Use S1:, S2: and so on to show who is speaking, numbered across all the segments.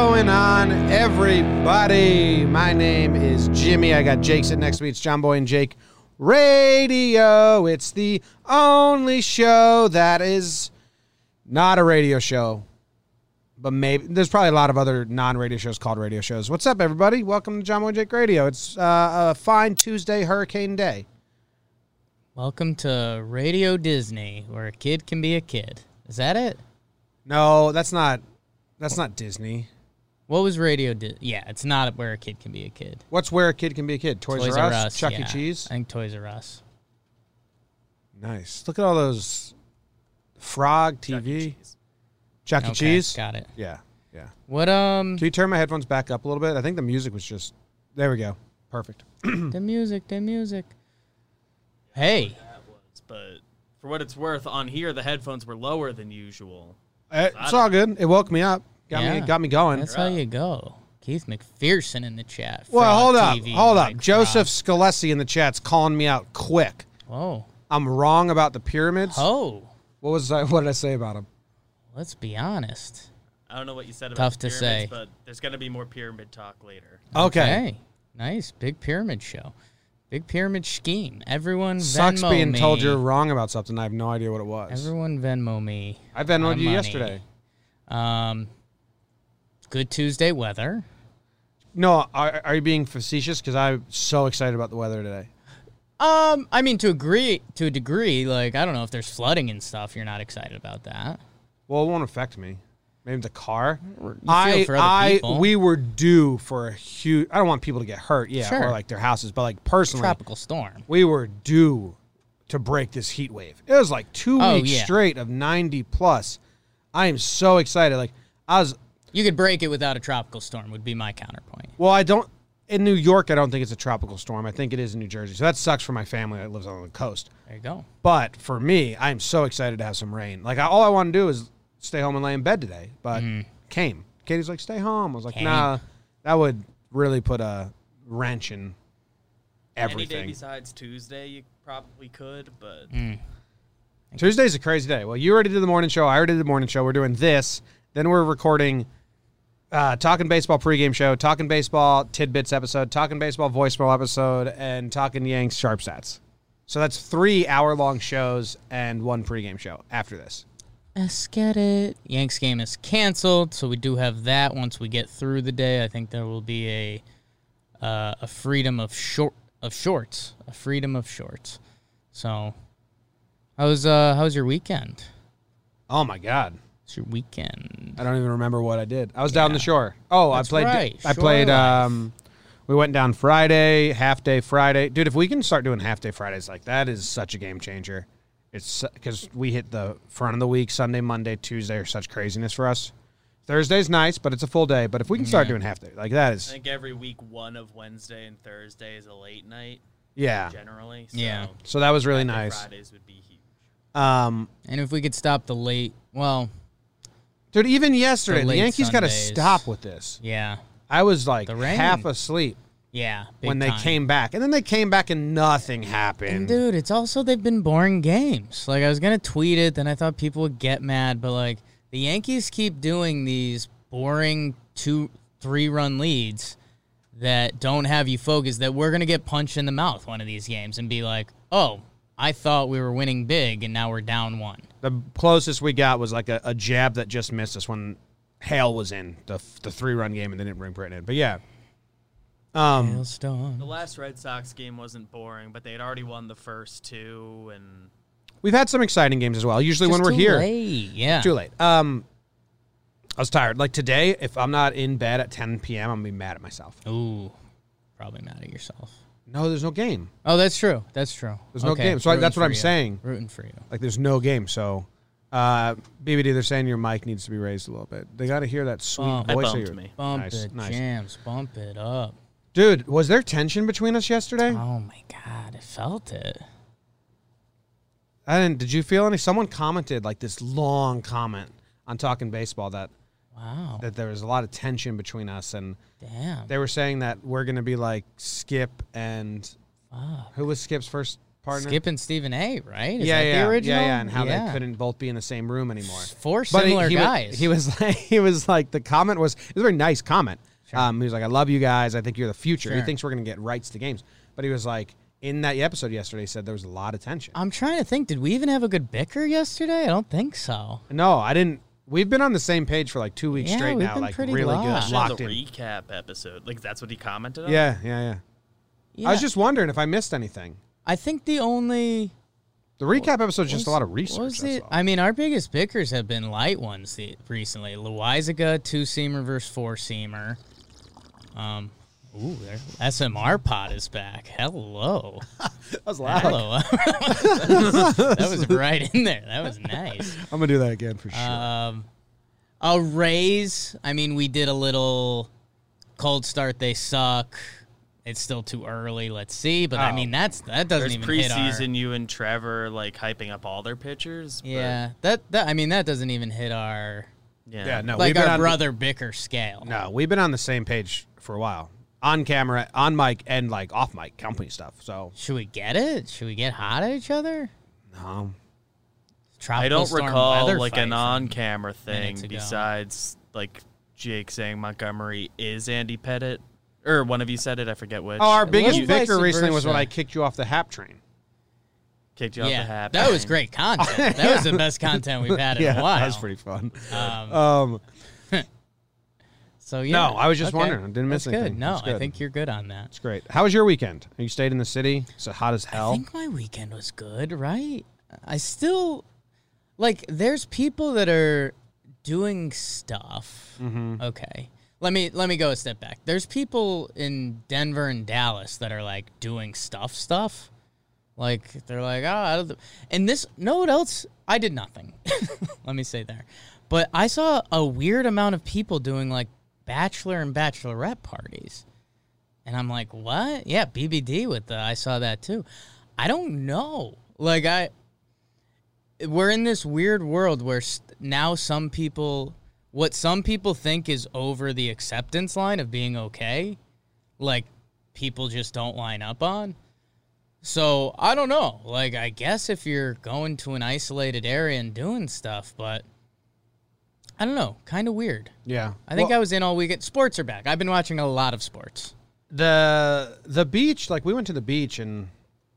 S1: on, everybody? My name is Jimmy. I got Jake sitting next to me. It's John Boy and Jake Radio. It's the only show that is not a radio show, but maybe there's probably a lot of other non-radio shows called radio shows. What's up, everybody? Welcome to John Boy and Jake Radio. It's uh, a fine Tuesday, hurricane day.
S2: Welcome to Radio Disney, where a kid can be a kid. Is that it?
S1: No, that's not. That's not Disney.
S2: What was Radio Disney? Yeah, it's not where a kid can be a kid.
S1: What's where a kid can be a kid? Toys, R Us, Chuck E.
S2: yeah.
S1: Cheese.
S2: I think Toys R Us.
S1: Nice. Look at all those frog TV. Chuck E.
S2: E. Okay,
S1: Cheese.
S2: Got it.
S1: Yeah, yeah.
S2: What um
S1: Can you turn my headphones back up a little bit? I think the music was just there. We go. Perfect.
S2: the music, the music. Hey.
S3: that was, but for what it's worth, on here the headphones were lower than usual.
S1: Uh, It's all good. It woke me up. Got me.
S2: Yeah.
S1: Got me going.
S2: That's how you go. Keith McPherson in the chat.
S1: well,
S2: Frog
S1: hold up.
S2: TV,
S1: hold up.
S2: Mike
S1: Joseph Scalesi in the chat's calling me out quick.
S2: Frog.
S1: I'm wrong about the pyramids.
S2: Whoa. Oh,
S1: What was I? What did I say about them?
S2: let's be honest.
S3: I don't know what you said about
S2: Tough
S3: the
S2: to
S3: pyramids,
S2: say.
S3: but there's gonna be more pyramid talk later.
S1: Okay.
S2: Hey, nice big pyramid show, big pyramid scheme. Everyone
S1: Sucks
S2: Venmo
S1: being
S2: me.
S1: told you're wrong about something. I have no idea what it was.
S2: Everyone Venmo me.
S1: I Venmoed
S2: my
S1: you
S2: money.
S1: yesterday.
S2: Um, good Tuesday weather.
S1: No, are, are you being facetious? Because I'm so excited about the weather today.
S2: Um, I mean to agree to a degree. Like I don't know if there's flooding and stuff. You're not excited about that.
S1: Well, it won't affect me. Maybe the car.
S2: feel
S1: I,
S2: for other
S1: I,
S2: people.
S1: we were due for a huge. I don't want people to get hurt, yeah, or
S2: Sure.
S1: like their houses, but like personally,
S2: Tropical storm.
S1: we were due to break this heat wave. It was like two
S2: Oh,
S1: weeks
S2: yeah.
S1: straight of ninety plus. I am so excited. Like I was.
S2: You could break it without a tropical storm. Would be my counterpoint.
S1: Well, I don't. In New York, I don't think it's a tropical storm. I think it is in New Jersey. So that sucks for my family that lives on the coast.
S2: There you go.
S1: But for me, I am so excited to have some rain. Like I, all I want to do is stay home and lay in bed today. But came. Katie's like, stay home. I was like,
S2: Came.
S1: nah, that would really put a wrench in
S3: Any day
S1: everything.
S3: besides Tuesday, you probably could, but
S2: Hmm.
S1: Tuesday's a crazy day. Well, you already did the morning show. I already did the morning show. We're doing this. Then we're recording uh, Talking Baseball pregame show, Talking Baseball tidbits episode, Talking Baseball voicemail episode, and Talking Yanks sharp stats. So that's three hour long shows and one pregame show after this.
S2: Let's get it. Yanks game is canceled, so we do have that. Once we get through the day, I think there will be a uh, a freedom of short of shorts, a freedom of shorts. So, how was uh, how was your weekend?
S1: Oh my God.
S2: It's your weekend.
S1: I don't even remember what I did. I was down the shore. Oh, I
S2: That's
S1: played.
S2: right.
S1: I
S2: Shore
S1: played.
S2: life.
S1: Um, we went down Friday, half day Friday. Dude, if we can start doing half day Fridays like that, is such a game changer. It's because we hit the front of the week. Sunday, Monday, Tuesday are such craziness for us. Thursday's nice, but it's a full day. But if we can start doing half day like that,
S3: I
S1: is
S3: think every week one of Wednesday and Thursday is a late night
S1: yeah.
S3: generally. So
S2: Yeah.
S1: So that was really
S3: Monday,
S1: nice.
S3: Fridays would be huge.
S1: Um,
S2: And if we could stop the late, well,
S1: dude, even yesterday, the,
S2: late
S1: Yankees got to
S2: Sundays.
S1: stop with this.
S2: yeah,
S1: I was like
S2: The rain.
S1: half asleep
S2: yeah. big
S1: when they
S2: time.
S1: came back, and then they came back and nothing happened.
S2: And dude, it's also they've been boring games. Like I was gonna tweet it, then I thought people would get mad, but like the Yankees keep doing these boring two, three run leads that don't have you focused. That we're gonna get punched in the mouth one of these games and be like, oh, I thought we were winning big and now we're down one.
S1: The closest we got was like a, a jab that just missed us when Hale was in the, the three run game and they didn't bring Britton in. But yeah, um,
S2: Hailstorm.
S3: The last Red Sox game wasn't boring, but they had already won the first two and
S1: we've had some exciting games as well. Usually when
S2: Just
S1: we're
S2: too
S1: here,
S2: late. yeah.
S1: too late. Um, I was tired. Like today, if I'm not in bed at 10 p.m., I'm gonna be mad at myself.
S2: Ooh, probably mad at yourself.
S1: No, there's no game.
S2: Oh, that's true. That's true.
S1: There's no game. So I-
S2: rooting
S1: that's what
S2: for
S1: I'm
S2: you.
S1: saying.
S2: Rooting for you.
S1: Like there's no game. So, uh, BBD, they're saying your mic needs to be raised a little bit. They got to hear that sweet
S2: Bump. I
S1: voice. of
S3: bumped
S1: yours.
S3: me.
S2: Bump
S1: Nice,
S2: it,
S1: nice.
S2: jams. Bump it up.
S1: Dude, was there tension between us yesterday?
S2: Oh my god, I felt it.
S1: I didn't. Did you feel any? Someone commented like this long comment on talking baseball that
S2: Wow.
S1: that there was a lot of tension between us, and
S2: Damn.
S1: they were saying that we're gonna be like Skip and
S2: Fuck.
S1: who was Skip's first partner?
S2: Skip and Stephen A, right? Is
S1: yeah,
S2: that
S1: yeah,
S2: the original?
S1: yeah, yeah, and how
S2: Yeah.
S1: they couldn't both be in the same room anymore.
S2: Four
S1: But he-
S2: similar
S1: he, wa-
S2: guys.
S1: he was like, he was like, the comment was it was a very nice comment. Um, he was like, I love you guys. I think you're the future. He
S2: Sure.
S1: thinks we're going to get rights to games. But he was like, in that episode yesterday, he said there was a lot of tension.
S2: I'm trying to think. Did we even have a good bicker yesterday? I don't think so.
S1: no, I didn't. We've been on the same page for like two weeks
S2: Yeah,
S1: straight
S2: we've
S1: now,
S2: been
S1: like
S2: pretty
S1: really
S2: locked.
S1: good,
S3: On
S1: locked
S3: the
S1: in.
S3: recap episode, like that's what he commented on.
S1: yeah, yeah, yeah,
S2: Yeah.
S1: I was just wondering if I missed anything.
S2: I think the only
S1: The recap episode is just a
S2: was-
S1: lot of
S2: what
S1: research.
S2: was
S1: that's
S2: it?
S1: all.
S2: I mean, our biggest pickers have been light ones the, recently. Loizaga, two seamer versus four seamer. Um, ooh, there, SMR pod is back. Hello,
S1: that was loud.
S2: hello. that was right in there. That was nice.
S1: I'm gonna do that again for sure.
S2: Um, a raise. I mean, we did a little cold start. They suck. It's still too early. Let's see. But I
S1: Oh.
S2: mean, that's that doesn't
S3: There's
S2: even hit our,
S3: preseason. You and Trevor like hyping up all their pitchers. but-
S2: Yeah, that that I mean, that doesn't even hit our
S3: yeah.
S1: yeah, no, we've
S2: like
S1: been
S2: our
S1: on
S2: brother bicker scale.
S1: no, we've been on the same page for a while, on camera, on mic, and like off mic company stuff. So
S2: Should we get it? Should we get hot at each other?
S1: no,
S2: Um, Tropical
S3: I don't
S2: storm
S3: recall
S2: weather
S3: like
S2: fight
S3: an
S2: from-
S3: on-camera thing
S2: minutes ago.
S3: besides like Jake saying Montgomery is Andy Pettit, or one of you said it. I forget which.
S1: Oh, our
S2: It
S1: biggest
S2: was vice
S1: bicker recently was when
S2: versa.
S1: I kicked you off the hap train.
S3: kicked you off the
S2: Yeah,
S3: hat.
S2: that was great content. That was the best content we've had in a while.
S1: that was pretty fun.
S2: Um,
S1: Um,
S2: so yeah,
S1: I was just
S2: okay.
S1: wondering. I didn't miss
S2: That's good.
S1: anything.
S2: No,
S1: That's good.
S2: I think you're good on that.
S1: it's great. How was your weekend? You stayed in the city. It's hot as
S2: I
S1: hell.
S2: think my weekend was good, right? I still like there's people that are doing stuff. Okay. Let me let me go a step back. There's people in Denver and Dallas that are like doing stuff stuff. Like they're like, "Oh, out of the-" and this no what else? I did nothing. let me say there. But I saw a weird amount of people doing like bachelor and bachelorette parties. And I'm like, what? Yeah, BBD with the I saw that too. I don't know. Like I, we're in this weird world where s now some people, what some people think is over the acceptance line of being okay, like people just don't line up on. So I don't know. Like I guess if you're going to an isolated area and doing stuff, but I don't know. Kind of weird.
S1: Yeah,
S2: I think I was in all weekend. Sports are back. I've been watching a lot of sports.
S1: the the beach. Like we went to the beach and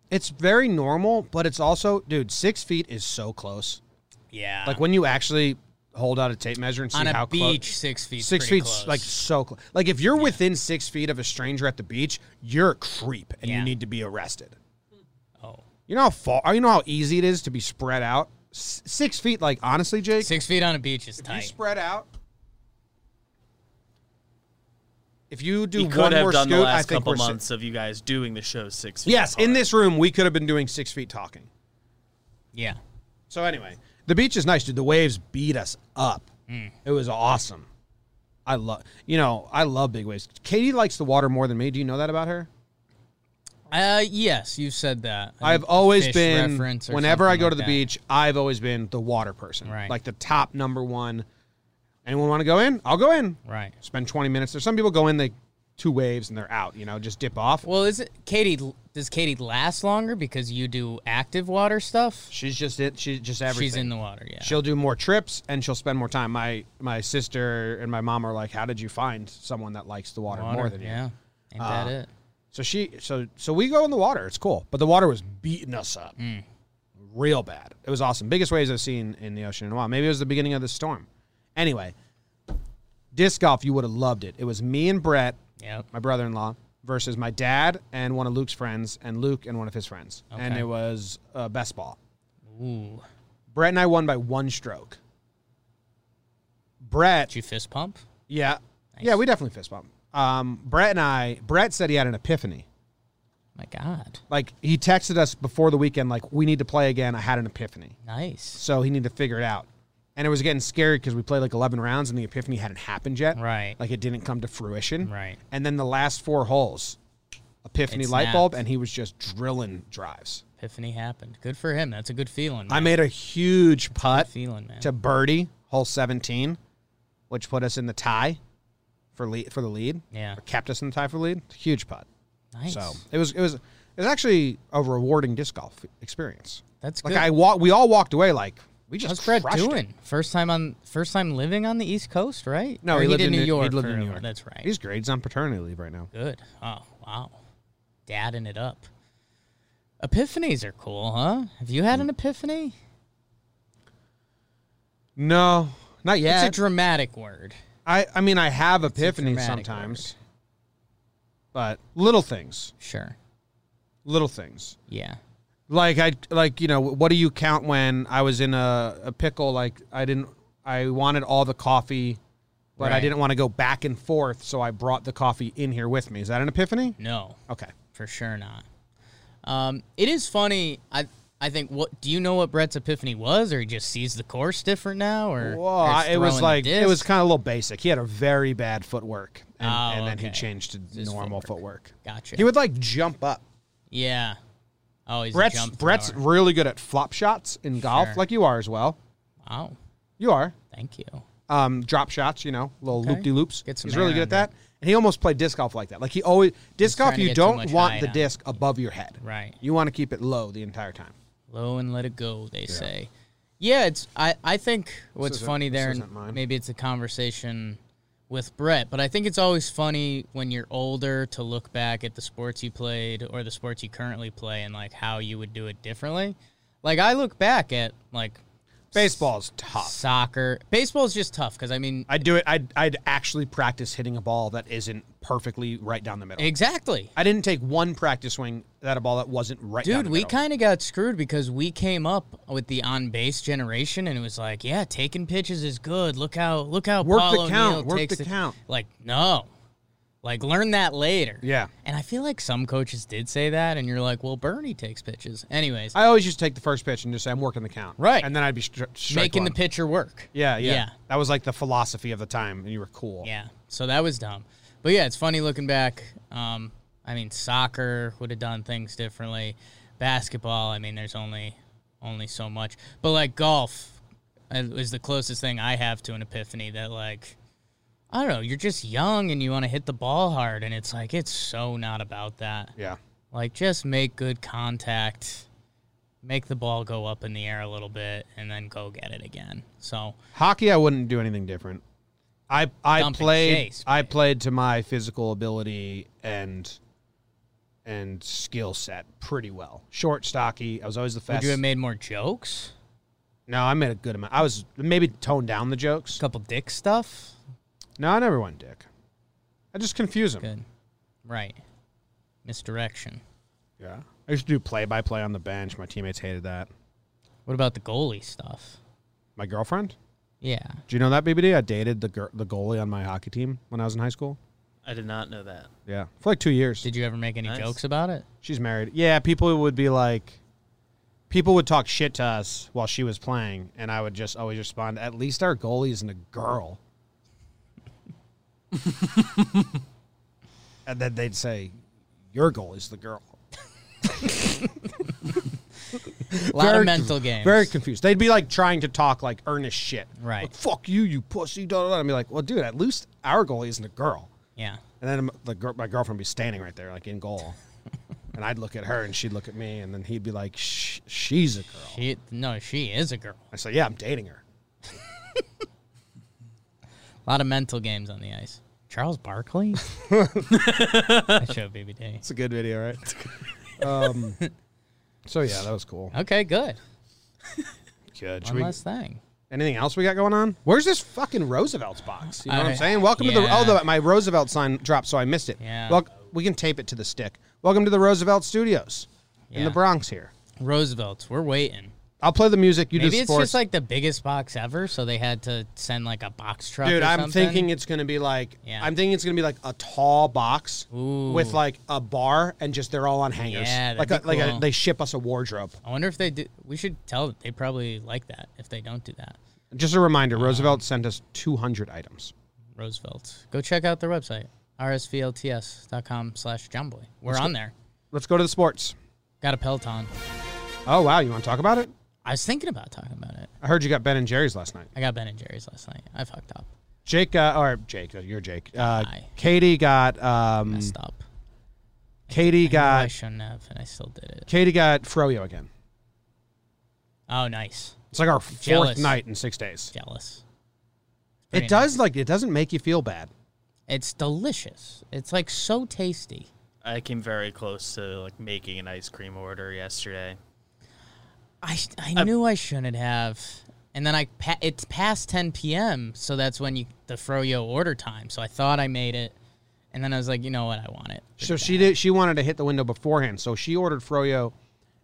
S1: it's very normal, but it's also, dude, six feet is so close.
S2: Yeah.
S1: Like when you actually hold out a tape measure and see
S2: on
S1: how
S2: a
S1: close.
S2: beach, six feet.
S1: Six
S2: pretty
S1: feet,
S2: close.
S1: like so close. Like if you're within six feet of a stranger at the beach, you're a creep and you
S2: Yeah.
S1: need to be arrested.
S2: oh,
S1: You know how far, you know how easy it is to be spread out. S- six feet, like honestly, Jake,
S2: six feet on a beach is
S1: if you
S2: tight.
S1: spread out. If you do
S3: He
S1: one
S3: could have
S1: more
S3: done
S1: scoot,
S3: the
S1: I
S3: last
S1: think
S3: couple
S1: we're si-
S3: months of you guys doing the show six. Feet
S1: yes, in
S3: apart.
S1: this room, we could have been doing six feet talking.
S2: yeah,
S1: So anyway, the beach is nice, dude. The waves beat us up.
S2: Mm.
S1: It was awesome. I love, you know, I love big waves. Katie likes the water more than me. Do you know that about her?
S2: uh, yes, you said that. I
S1: I've
S2: think
S1: always
S2: fish
S1: been
S2: reference or
S1: whenever I
S2: something
S1: go
S2: like
S1: to the
S2: that.
S1: beach, I've always been the water person.
S2: Right.
S1: Like the top number one. Anyone want to go in? I'll go in.
S2: Right.
S1: Spend 20 minutes. There's some people go in, they two waves and they're out, you know, just dip off.
S2: Well, is it Katie? Does Katie last longer because you do active water stuff?
S1: She's just it. She's just everything.
S2: She's in the water. Yeah.
S1: She'll do more trips and she'll spend more time. My my sister and my mom are like, "How did you find someone that likes the water,
S2: water,
S1: more than you?" Uh,
S2: yeah. Ain't that it?
S1: So she so so we go in the water. It's cool, but the water was beating us up,
S2: Mm.
S1: real bad. It was awesome. Biggest waves I've seen in the ocean in a while. Maybe it was the beginning of the storm. Anyway, disc golf. You would have loved it. It was me and Brett,
S2: Yep.
S1: my brother-in-law, versus my dad and one of Luke's friends, and Luke and one of his friends, and
S2: Okay.
S1: it was uh, best ball.
S2: Ooh.
S1: Brett and I won by one stroke. Brett,
S2: Did you fist pump?
S1: yeah, yeah, we definitely fist bump. Um, Brett and I. Brett said he had an epiphany.
S2: My God.
S1: Like he texted us before the weekend, like we need to play again. I had an epiphany,
S2: Nice.
S1: so he needed to figure it out. And it was getting scary because we played like eleven rounds and the epiphany hadn't happened yet.
S2: Right.
S1: like it didn't come to fruition.
S2: Right.
S1: and then the last four holes, epiphany
S2: It
S1: light bulb,
S2: snapped.
S1: and he was just drilling drives.
S2: Epiphany happened. Good for him. That's a good feeling. Man.
S1: I made a huge putt
S2: feeling, man.
S1: to birdie hole 17, which put us in the tie for lead, for the lead.
S2: Yeah.
S1: Or kept us in the tie for the lead. Huge putt.
S2: nice.
S1: So it was it was it was actually a rewarding disc golf experience.
S2: That's
S1: Like
S2: good.
S1: I walk, we all walked away like We just
S2: How's Brett
S1: crushed it.
S2: doing? First time on first time living on the East Coast, right?
S1: No,
S2: Or
S1: he lived
S2: did
S1: in
S2: New
S1: New- he
S2: York.
S1: lived in
S2: for-
S1: New York.
S2: That's right.
S1: He's great. He's on paternity leave right now.
S2: Good. Oh, wow. Dadding it up. Epiphanies are cool, huh? Have you
S1: Hmm.
S2: had an epiphany?
S1: No, not
S2: It's
S1: yet.
S2: a dramatic word.
S1: I I mean, I have epiphanies
S2: dramatic
S1: sometimes, but little things,
S2: Sure.
S1: little things.
S2: Yeah.
S1: Like I like you know what do you count when I was in a, a pickle? Like I didn't I wanted all the coffee, but I
S2: Right.
S1: didn't want to go back and forth, so I brought the coffee in here with me. Is that an epiphany?
S2: No,
S1: Okay.
S2: for sure not. Um, it is funny. I I think what do you know what Brett's epiphany was, or he just sees the course different now, or
S1: Well,
S2: or
S1: I-
S2: he's
S1: it was
S2: throwing
S1: like it was
S2: discs?
S1: kind of a little basic. He had a very bad footwork, and,
S2: Oh,
S1: and then he
S2: okay.
S1: changed to
S2: his
S1: normal
S2: footwork.
S1: footwork.
S2: gotcha.
S1: He would like jump up.
S2: yeah. Oh, he's a
S1: Brett's
S2: jump
S1: Brett's
S2: thrower.
S1: really good at flop shots in golf,
S2: Sure.
S1: like you are as well.
S2: Wow.
S1: You are
S2: Oh, Thank you.
S1: um, drop shots, you know, little
S2: Okay.
S1: loop de loops.
S2: Get some
S1: He's
S2: air
S1: really good
S2: on
S1: at that, and he almost played disc golf like that. Like he always disc
S2: trying
S1: golf,
S2: to
S1: you
S2: get too
S1: don't
S2: much
S1: want
S2: height
S1: the
S2: on
S1: disc above your head.
S2: Right.
S1: You want to keep it low the entire time.
S2: Low and let it go, they say. Yeah, it's I, I think what's
S1: isn't-
S2: funny
S1: this
S2: there, and
S1: isn't mine.
S2: maybe it's a conversation with Brett, but I think it's always funny when you're older to look back at the sports you played or the sports you currently play and like how you would do it differently. Like I look back at like
S1: Baseball's tough.
S2: soccer. Baseball's just tough because I mean
S1: I do it. I'd, I'd actually practice hitting a ball that isn't perfectly right down the middle.
S2: exactly.
S1: I didn't take one practice swing at a ball that wasn't right. down
S2: Dude,
S1: the
S2: we
S1: middle.
S2: kind of got screwed because we came up with the on base generation, and it was like, yeah, taking pitches is good. Look how look how
S1: Work
S2: Paul
S1: the count,
S2: O'Neill
S1: work
S2: takes
S1: the count.
S2: Like no, like learn that later.
S1: Yeah.
S2: and I feel like some coaches did say that, and you're like, well, Bernie takes pitches, anyways,
S1: I always used to take the first pitch and just say I'm working the count.
S2: Right.
S1: and then I'd be stri- strike
S2: making
S1: one.
S2: the pitcher work.
S1: Yeah, yeah,
S2: yeah.
S1: That was like the philosophy of the time, and you were cool.
S2: Yeah. So that was dumb. But yeah, it's funny looking back. Um, I mean, soccer would have done things differently. Basketball, I mean, there's only only so much. But like golf uh, is the closest thing I have to an epiphany that like I don't know, you're just young and you want to hit the ball hard and it's like it's so not about that.
S1: yeah.
S2: Like just make good contact. Make the ball go up in the air a little bit and then go get it again. So,
S1: Hockey, I wouldn't do anything different. I I
S2: Dump and
S1: played
S2: chase,
S1: I played to my physical ability and and skill set pretty well. Short, stocky. I was always the
S2: would
S1: fastest.
S2: you have made more jokes?
S1: no, I made a good amount. I was maybe toned down the jokes.
S2: couple dick stuff.
S1: No, I never went dick. I just confuse them.
S2: Good. Right. Misdirection.
S1: Yeah. I used to do play by play on the bench. My teammates hated that.
S2: What about the goalie stuff?
S1: My girlfriend?
S2: Yeah.
S1: Do you know that BBD? I dated the gir- the goalie on my hockey team when I was in high school.
S3: I did not know that.
S1: Yeah, for like two years.
S2: Did you ever make any
S3: Nice.
S2: jokes about it?
S1: She's married. Yeah, people would be like, people would talk shit to us while she was playing, and I would just always respond, "At least our goalie isn't a girl." and then they'd say, "Your goalie's the girl."
S2: A lot
S1: Very
S2: of mental games.
S1: Very confused. They'd be like trying to talk like earnest shit.
S2: Right.
S1: Like, Fuck you, you pussy. Da, da, da. I'd be like, well, dude, at least our goalie isn't a girl.
S2: yeah.
S1: And then the girl, my girlfriend would be standing right there, like in goal. and I'd look at her and she'd look at me. And then he'd be like, Shh, she's a girl.
S2: She, no, she is a girl.
S1: I said, yeah, I'm dating her.
S2: A lot of mental games on the ice. Charles Barkley? that show BBD.
S1: It's a good video, right? um, so, yeah, that was cool.
S2: Okay, good.
S1: Good. Should
S2: One
S1: we,
S2: last thing.
S1: anything else we got going on? Where's this fucking Roosevelt's box? You know what
S2: I-
S1: I'm saying? Welcome to the. Oh,
S2: yeah.
S1: the, my Roosevelt sign dropped, so I missed it.
S2: Yeah.
S1: Well, we can tape it to the stick. Welcome to the Roosevelt Studios in the
S2: Yeah.
S1: Bronx here.
S2: Roosevelt's. We're waiting.
S1: I'll play the music. You
S2: Maybe
S1: do
S2: it's
S1: sports.
S2: just like the biggest box ever, so they had to send like a box truck.
S1: Dude,
S2: or
S1: I'm
S2: something.
S1: thinking it's gonna be like
S2: Yeah.
S1: I'm thinking it's gonna be like a tall box
S2: Ooh.
S1: with like a bar and just they're all on hangers.
S2: Yeah, that'd
S1: like a,
S2: be
S1: like a,
S2: cool.
S1: they ship us a wardrobe.
S2: I wonder if they do. We should tell them. They probably like that if they don't do that.
S1: Just a reminder, Roosevelt sent us 200 items.
S2: Roosevelt. Go check out their website, rsvlts.com slash Jumboy. We're on there.
S1: Let's go to the sports.
S2: Got a Peloton.
S1: Oh wow, you want to talk about it?
S2: I was thinking about talking about it.
S1: I heard you got Ben and Jerry's last night.
S2: I got Ben and Jerry's last night. I fucked up.
S1: Jake uh, or Jake, uh, you're Jake. Uh,
S2: Hi.
S1: Katie got um,
S2: Messed up.
S1: Katie
S2: I know I
S1: got
S2: shouldn't have, and I still did it.
S1: Katie got Froyo again.
S2: Oh, nice.
S1: It's like our fourth
S2: Jealous.
S1: night in six days.
S2: Jealous. Pretty
S1: It does like it doesn't make you feel bad.
S2: It's delicious. It's like so tasty.
S3: I came very close to like making an ice cream order yesterday.
S2: I, sh- I knew I shouldn't have. And then I pa- it's past 10 p.m., so that's when you the froyo order time. So I thought I made it, and then I was like, you know what, I want it.
S1: So she did. She wanted to hit the window beforehand, so she ordered froyo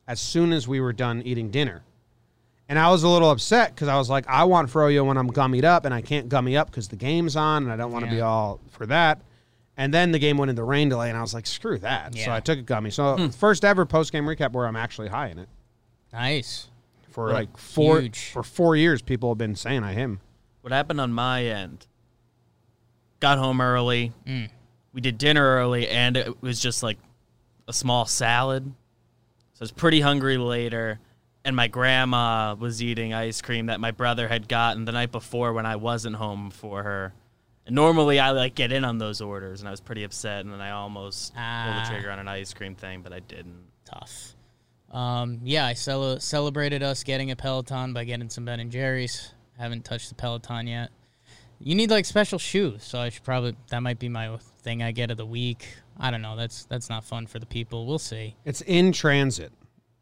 S1: as soon as we were done eating dinner. And I was a little upset because I was like, I want froyo when I'm gummied up, and I can't gummy up because the game's on, and I don't want to be
S2: Yeah.
S1: all for that. And then the game went into rain delay, and I was like, screw that. So
S2: Yeah. Hmm.
S1: I took a gummy. So first ever post game recap where I'm actually high in it
S2: Nice.
S1: for like four
S2: huge-
S1: for four years. People have been saying I am.
S3: What happened on my end? Got home early.
S1: Mm.
S3: We did dinner early, and it was just like a small salad. So I was pretty hungry later, and my grandma was eating ice cream that my brother had gotten the night before when I wasn't home for her. And normally I like get in on those orders, and I was pretty upset, and then I almost pulled
S2: Ah.
S3: the trigger on an ice cream thing, but I didn't.
S2: Tough. Um, yeah, I cel- celebrated us getting a Peloton by getting some Ben and Jerry's. Haven't touched the Peloton yet. You need like special shoes, so I should probably that might be my thing I get of the week. I don't know. That's that's not fun for the people. We'll see.
S1: It's in transit,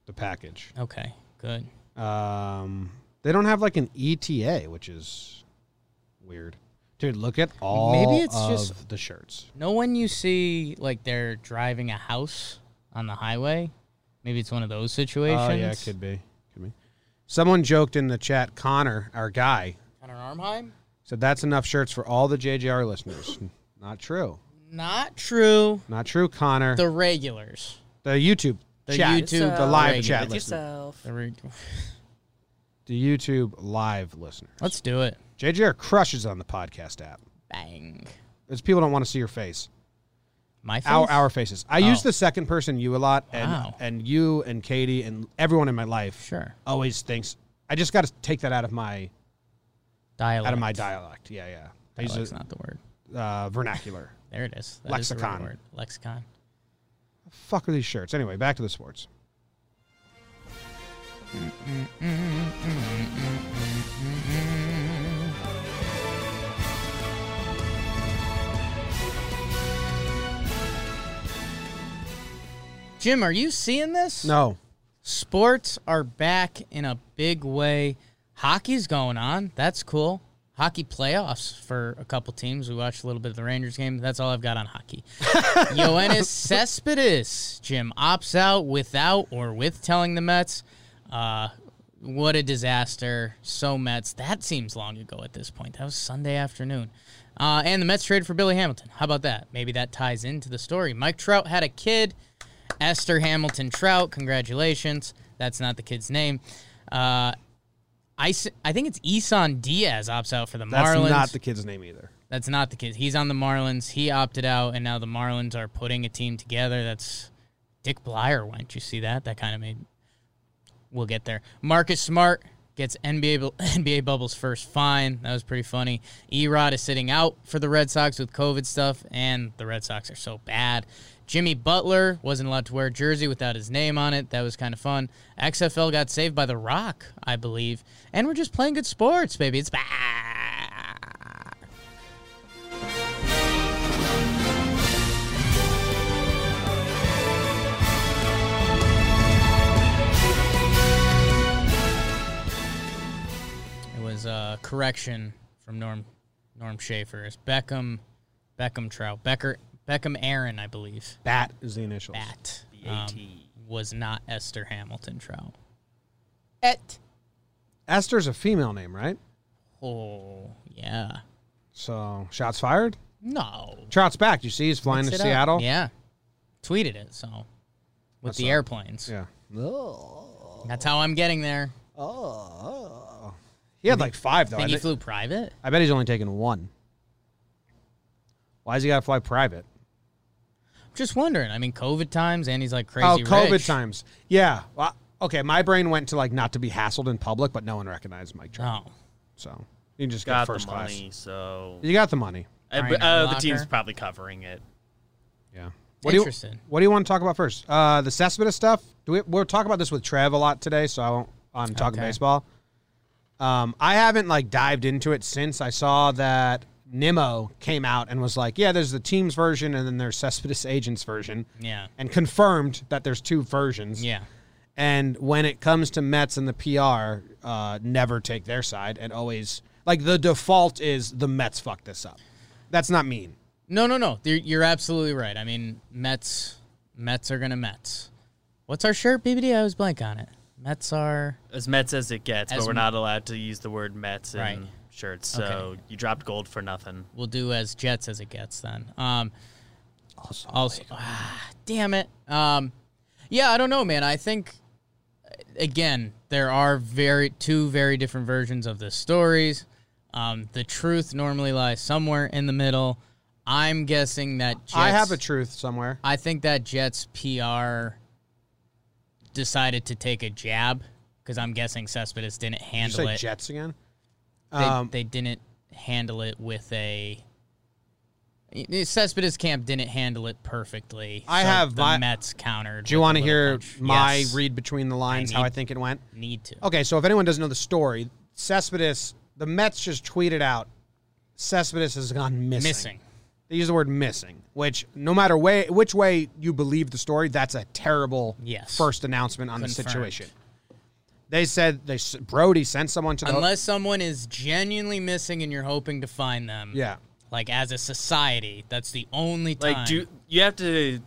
S1: the package.
S2: Okay, good.
S1: Um, they don't have like an ETA, which is weird. Dude, look at all
S2: Maybe it's
S1: of
S2: just-
S1: the shirts.
S2: No, when you see like they're driving a house on the highway, maybe it's one of those situations.
S1: Oh yeah, it could be. Could be. Someone joked in the chat, Connor, our guy,
S2: Connor Armheim.
S1: said that's enough shirts for all the JJR listeners. Not true.
S2: Not true.
S1: Not true, Connor. The,
S2: The regulars.
S1: YouTube
S2: The
S1: chat.
S2: YouTube
S1: the live
S2: regulars.
S1: chat listener.
S2: The re-
S1: The YouTube live listener.
S2: Let's do it.
S1: JJR crushes on the podcast app.
S2: Bang.
S1: It's people don't want to see your face.
S2: My face.
S1: Our, our faces. I use
S2: Oh.
S1: the second person you a lot, and
S2: Wow.
S1: and you and Katie and everyone in my life
S2: Sure.
S1: always thinks I just got to take that out of my
S2: Dialect.
S1: out of my dialect. Yeah, yeah. I
S2: Dialect's
S1: use
S2: not the word.
S1: a, uh, vernacular.
S2: There it is. That is the right
S1: Lexicon.
S2: word. Lexicon.
S1: Fuck are these shirts? Anyway, back to the sports.
S2: Jim, are you seeing this?
S1: No,
S2: Sports are back in a big way. Hockey's going on. That's cool. Hockey playoffs for a couple teams. We watched a little bit of the Rangers game. That's all I've got on hockey. Ioannis Cespedes, Jim, opts out without or with telling the Mets. Uh, what a disaster. So Mets. That seems long ago at this point. That was Sunday afternoon. Uh, and the Mets traded for Billy Hamilton. How about that? Maybe that ties into the story. Mike Trout had a kid. Esther Hamilton Trout. Congratulations. That's not the kid's name. Uh, I, s- I think it's Isan Diaz opts out for the
S1: that's
S2: Marlins.
S1: not the kid's name either.
S2: That's not the case. He's on the Marlins. He opted out, and now the Marlins are putting a team together. That's Dick Blyer went. You see that? That kind of made. We'll get there. Marcus Smart gets NBA bu- NBA bubble's first fine. That was pretty funny. Erod is sitting out for the Red Sox with COVID stuff, and the Red Sox are so bad. Jimmy Butler wasn't allowed to wear a jersey without his name on it. That was kind of fun. XFL got saved by The Rock, I believe. And we're just playing good sports, baby. It's back. It was a correction from Norm Norm Schaefer. It's Beckham Beckham Trout. Becker Beckham Aaron, I believe.
S1: Bat is the initials.
S2: Bat um,
S3: BAT.
S2: was not Esther Hamilton Trout.
S1: Esther's a female name, right?
S2: Oh yeah.
S1: So shots fired.
S2: No.
S1: Trout's back. You see, he's flying
S2: Fix
S1: to
S2: it up.
S1: Seattle.
S2: Yeah. Tweeted it, so with the airplanes.
S1: Yeah.
S2: That's how I'm getting there.
S1: He had like five though. I,
S2: Think he
S1: bet-
S2: flew private?
S1: I bet he's only taken one. Why's he got to fly private?
S2: Just wondering. I mean, COVID times, and he's like crazy.
S1: Oh, COVID
S2: rich.
S1: times. Yeah. Well, okay, my brain went to like not to be hassled in public, but no one recognized Mike Trout.
S2: Oh,
S1: So you just got
S3: Got
S1: first
S3: the
S1: class.
S3: money, so
S1: You got the money.
S3: Uh,
S2: Brian
S3: the team's
S2: Urlacher.
S3: probably covering it.
S1: Yeah. What do you
S2: Interesting.
S1: What do you want to talk about first? Uh, the Cespedes stuff. Do we? We'll talk about this with Trev a lot today, so I won't on Talking
S2: Okay.
S1: Baseball. Um, I haven't like dived into it since I saw that Nimmo came out and was like, "Yeah, there's the team's version and then there's Cespedes Agents version,"
S2: Yeah.
S1: and confirmed that there's two versions.
S2: Yeah.
S1: And when it comes to Mets and the PR, uh, never take their side and always like the default is the Mets fuck this up. That's not mean.
S2: No, no, no. You're, you're absolutely right. I mean, Mets, Mets are gonna Mets. What's our shirt, BBD? I was blank on it. Mets are
S3: As Mets as it gets,
S2: As
S3: but we're
S2: m-
S3: not allowed to use the word Mets in
S2: Right.
S3: shirts. So
S2: Okay.
S3: you dropped gold for nothing.
S2: we'll do as Jets as it gets then. Um, also, ah, damn it. Um, yeah, I don't know, man. I think again there are very two very different versions of the stories. Um, the truth normally lies somewhere in the middle. I'm guessing that Jets,
S1: I have a truth somewhere.
S2: I think that Jets PR decided to take a jab because I'm guessing Cespedes didn't
S1: Did you Um,
S2: handle
S1: say
S2: it.
S1: Jets again?
S2: They, they didn't handle it with a. Cespedes camp didn't handle it perfectly.
S1: I
S2: so
S1: have
S2: the
S1: my-
S2: Mets countered.
S1: Do you
S2: with a
S1: want to
S2: little
S1: hear
S2: punch.
S1: my
S2: Yes,
S1: read between the lines, how
S2: need-
S1: I think it went?
S2: Need to.
S1: Okay, so if anyone doesn't know the story, Cespedes, the Mets just tweeted out Cespedes has gone missing.
S2: Missing.
S1: They use the word missing, which no matter way which way you believe the story, that's a terrible
S2: Yes.
S1: first announcement on the
S2: Confirmed.
S1: situation. They said they s- Brody sent someone to the
S2: Unless someone is genuinely missing and you're hoping to find them.
S1: yeah.
S2: Like as a society, that's the only time.
S3: Like, do you have to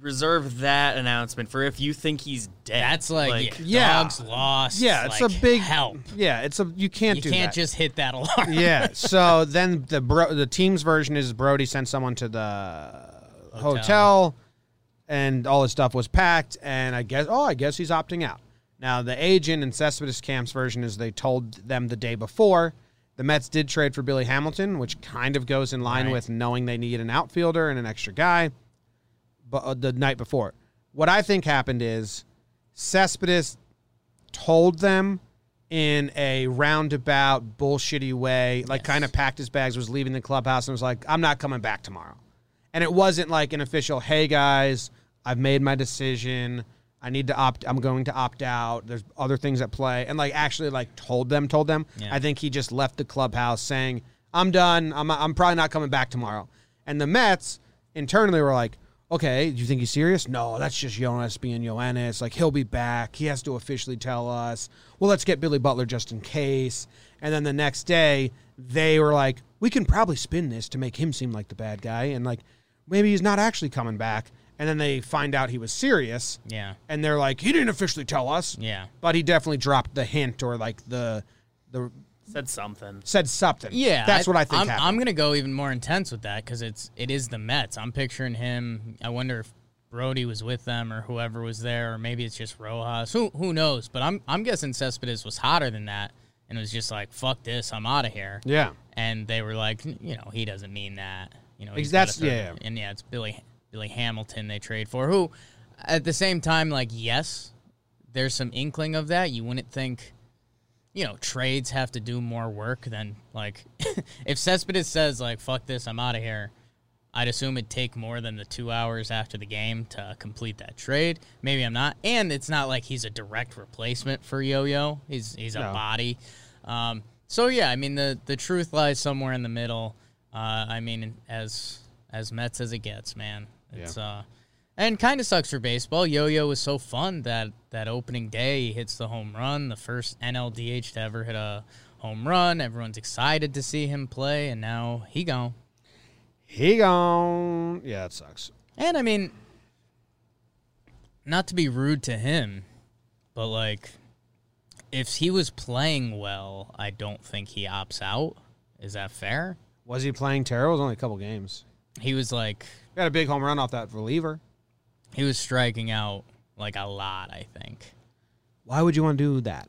S3: reserve that announcement for if you think he's dead?
S2: that's like, yeah,
S1: Yeah.
S2: dogs lost.
S1: Yeah, it's
S2: like,
S1: a big
S2: help.
S1: Yeah, it's a you can't
S2: You
S1: do
S2: can't
S1: that.
S2: just hit that alarm.
S1: yeah. So then the bro, the team's version is Brody sent someone to the hotel. and all his stuff was packed. And I guess, oh, I guess he's opting out. Now the agent in Cespedes Camp's version is they told them the day before. The Mets did trade for Billy Hamilton, which kind of goes in line
S2: Right.
S1: with knowing they need an outfielder and an extra guy. But uh, the night before, what I think happened is Cespedes told them in a roundabout bullshitty way, like kind of packed his bags, was leaving the clubhouse and was like, I'm not coming back tomorrow. And it wasn't like an official, hey guys, I've made my decision. I need to opt I'm going to opt out. There's other things at play. And like actually like told them, told them.
S2: Yeah.
S1: I think he just left the clubhouse saying, I'm done. I'm I'm probably not coming back tomorrow. And the Mets internally were like, okay, do you think he's serious? No, that's just Jonas being Jonas. Like, he'll be back. He has to officially tell us. Well, let's get Billy Butler just in case. And then the next day, they were like, we can probably spin this to make him seem like the bad guy. And like, maybe he's not actually coming back. And then they find out he was serious.
S2: Yeah.
S1: And they're like, he didn't officially tell us.
S2: Yeah.
S1: But he definitely dropped the hint or like the, the,
S3: said something.
S1: said something.
S2: Yeah,
S1: That's what I think
S2: I'm,
S1: happened.
S2: I'm gonna go even more intense with that because it's it is the Mets. I'm picturing him. I wonder if Brody was with them or whoever was there, or maybe it's just Rojas. Who who knows? But I'm I'm guessing Cespedes was hotter than that and was just like, "Fuck this, I'm out of here."
S1: yeah.
S2: And they were like, you know, he doesn't mean that. You know, he's
S1: That's-
S2: got a third-
S1: yeah.
S2: And yeah, it's Billy Billy Hamilton they trade for. Who, at the same time, like yes, there's some inkling of that. You wouldn't think, you know, trades have to do more work than like if Cespedes says like fuck this, I'm out of here. I'd assume it'd take more than the two hours after the game to complete that trade. Maybe I'm not, and it's not like he's a direct replacement for Yo-Yo. He's he's a
S1: No.
S2: body. Um, so yeah, I mean the the truth lies somewhere in the middle. Uh, I mean, as as Mets as it gets, man. It's uh, and kind of sucks for baseball. Yo-Yo was so fun that that opening day he hits the home run, the first NLDH to ever hit a home run. Everyone's excited to see him play, and now he gone.
S1: He gone. Yeah, that sucks.
S2: And I mean, not to be rude to him, but like, if he was playing well, I don't think he opts out. Is that fair?
S1: Was he playing terrible? It was only a couple games.
S2: He was like,
S1: Got a big home run off that reliever.
S2: he was striking out like a lot, I think.
S1: Why would you want to do that?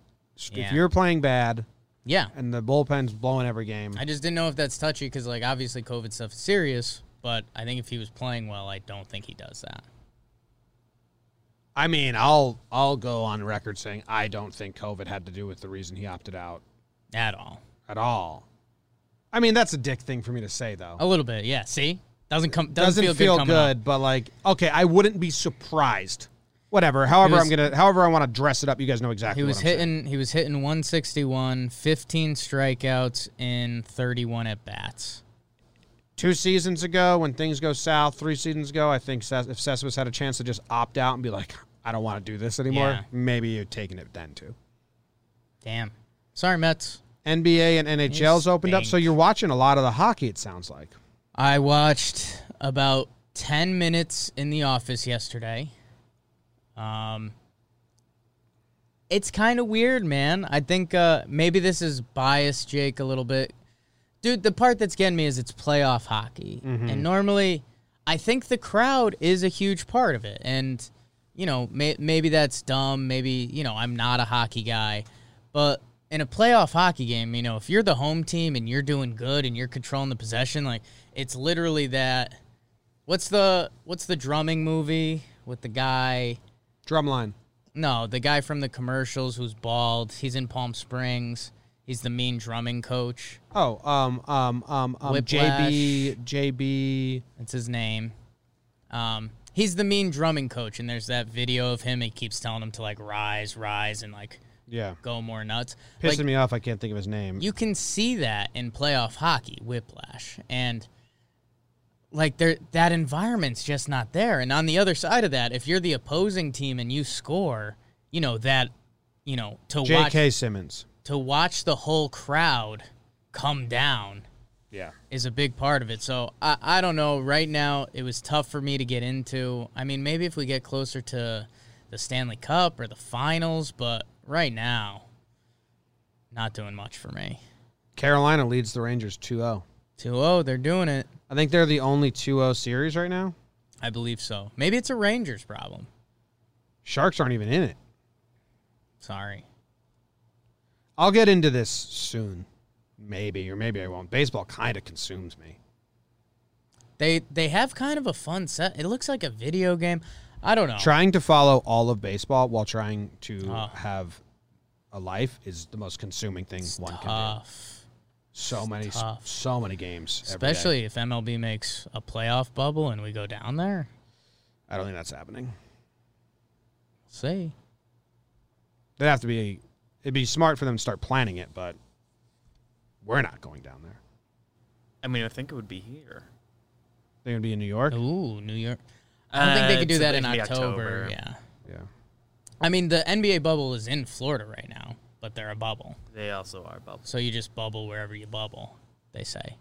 S2: Yeah.
S1: If you're playing bad
S2: Yeah.
S1: and the bullpen's blowing every game,
S2: I just didn't know if that's touchy because, like, obviously COVID stuff is serious, but I think if he was playing well, I don't think he does that.
S1: I mean, I'll I'll go on record saying I don't think COVID had to do with the reason he opted out
S2: At all.
S1: at all. I mean, that's a dick thing for me to say though.
S2: A little bit, yeah. See? Oh, Doesn't come doesn't,
S1: doesn't,
S2: feel, good coming up.
S1: but like, okay, I wouldn't be surprised whatever. However,
S2: was-
S1: I'm gonna however I want to dress it up. You guys know exactly.
S2: He was
S1: what I'm saying.
S2: hitting he was hitting 161, 15 strikeouts in 31 at bats.
S1: two seasons ago when things go south. Three seasons ago, I think Ces- if Cespedes had a chance to just opt out and be like, I don't want to do this anymore.
S2: Yeah.
S1: Maybe you're taking it then too.
S2: Damn. Sorry, Mets.
S1: NBA and NHL's opened up, so
S2: stink.
S1: you're watching a lot of the hockey. It sounds like.
S2: I watched about 10 minutes in the office yesterday. Um It's kind of weird, man. I think uh maybe this is biased Jake a little bit. Dude, the part that's getting me is it's playoff hockey. And normally I think the crowd is a huge part of it. And you know, may- maybe that's dumb, maybe, you know, I'm not a hockey guy, but in a playoff hockey game, you know, if you're the home team and you're doing good and you're controlling the possession, like it's literally that what's the what's the drumming movie with the guy
S1: Drumline.
S2: no, the guy from the commercials who's bald. He's in Palm Springs. He's the mean drumming coach.
S1: Oh, um, um, um, um JB, JB.
S2: That's his name. Um, he's the mean drumming coach, and there's that video of him. He keeps telling him to like rise, rise, and like
S1: Yeah,
S2: go more nuts.
S1: pissing
S2: Like,
S1: me off. I can't think of his name.
S2: you can see that in playoff hockey, whiplash, and like there, that environment's just not there. And on the other side of that, if you're the opposing team and you score, you know that, you know to watch
S1: J.K. Simmons.
S2: to watch the whole crowd come down
S1: Yeah.
S2: is a big part of it. So I, I don't know. Right now, it was tough for me to get into. I mean, maybe if we get closer to the Stanley Cup or the finals, but right now, not doing much for me.
S1: Carolina leads the Rangers 2-0.
S2: 2 0, oh, they're doing it.
S1: I think they're the only 2-0 series right now.
S2: I believe so. Maybe it's a Rangers problem.
S1: Sharks aren't even in it.
S2: Sorry.
S1: I'll get into this soon. Maybe, or maybe I won't. Baseball kind of consumes me.
S2: They they have kind of a fun set. It looks like a video game. I don't know.
S1: Trying to follow all of baseball while trying to
S2: Oh.
S1: have a life is the most consuming thing one can do.
S2: Tough.
S1: So many,
S2: tough.
S1: so many games. every day.
S2: Especially if MLB makes a playoff bubble and we go down there.
S1: I don't think that's happening.
S2: See.
S1: They'd have to be. It'd be smart for them to start planning it, but we're not going down there.
S3: I mean, I think it would be here.
S1: They're gonna be in New York.
S2: Ooh, New York. I don't think they
S3: Uh,
S2: could do
S3: it's-
S2: that in
S3: it'd be
S2: October.
S3: October.
S2: Yeah.
S1: Yeah.
S2: I mean, the NBA bubble is in Florida right now, but they're a bubble.
S3: They also are bubbles.
S2: So you just bubble wherever you bubble, they say.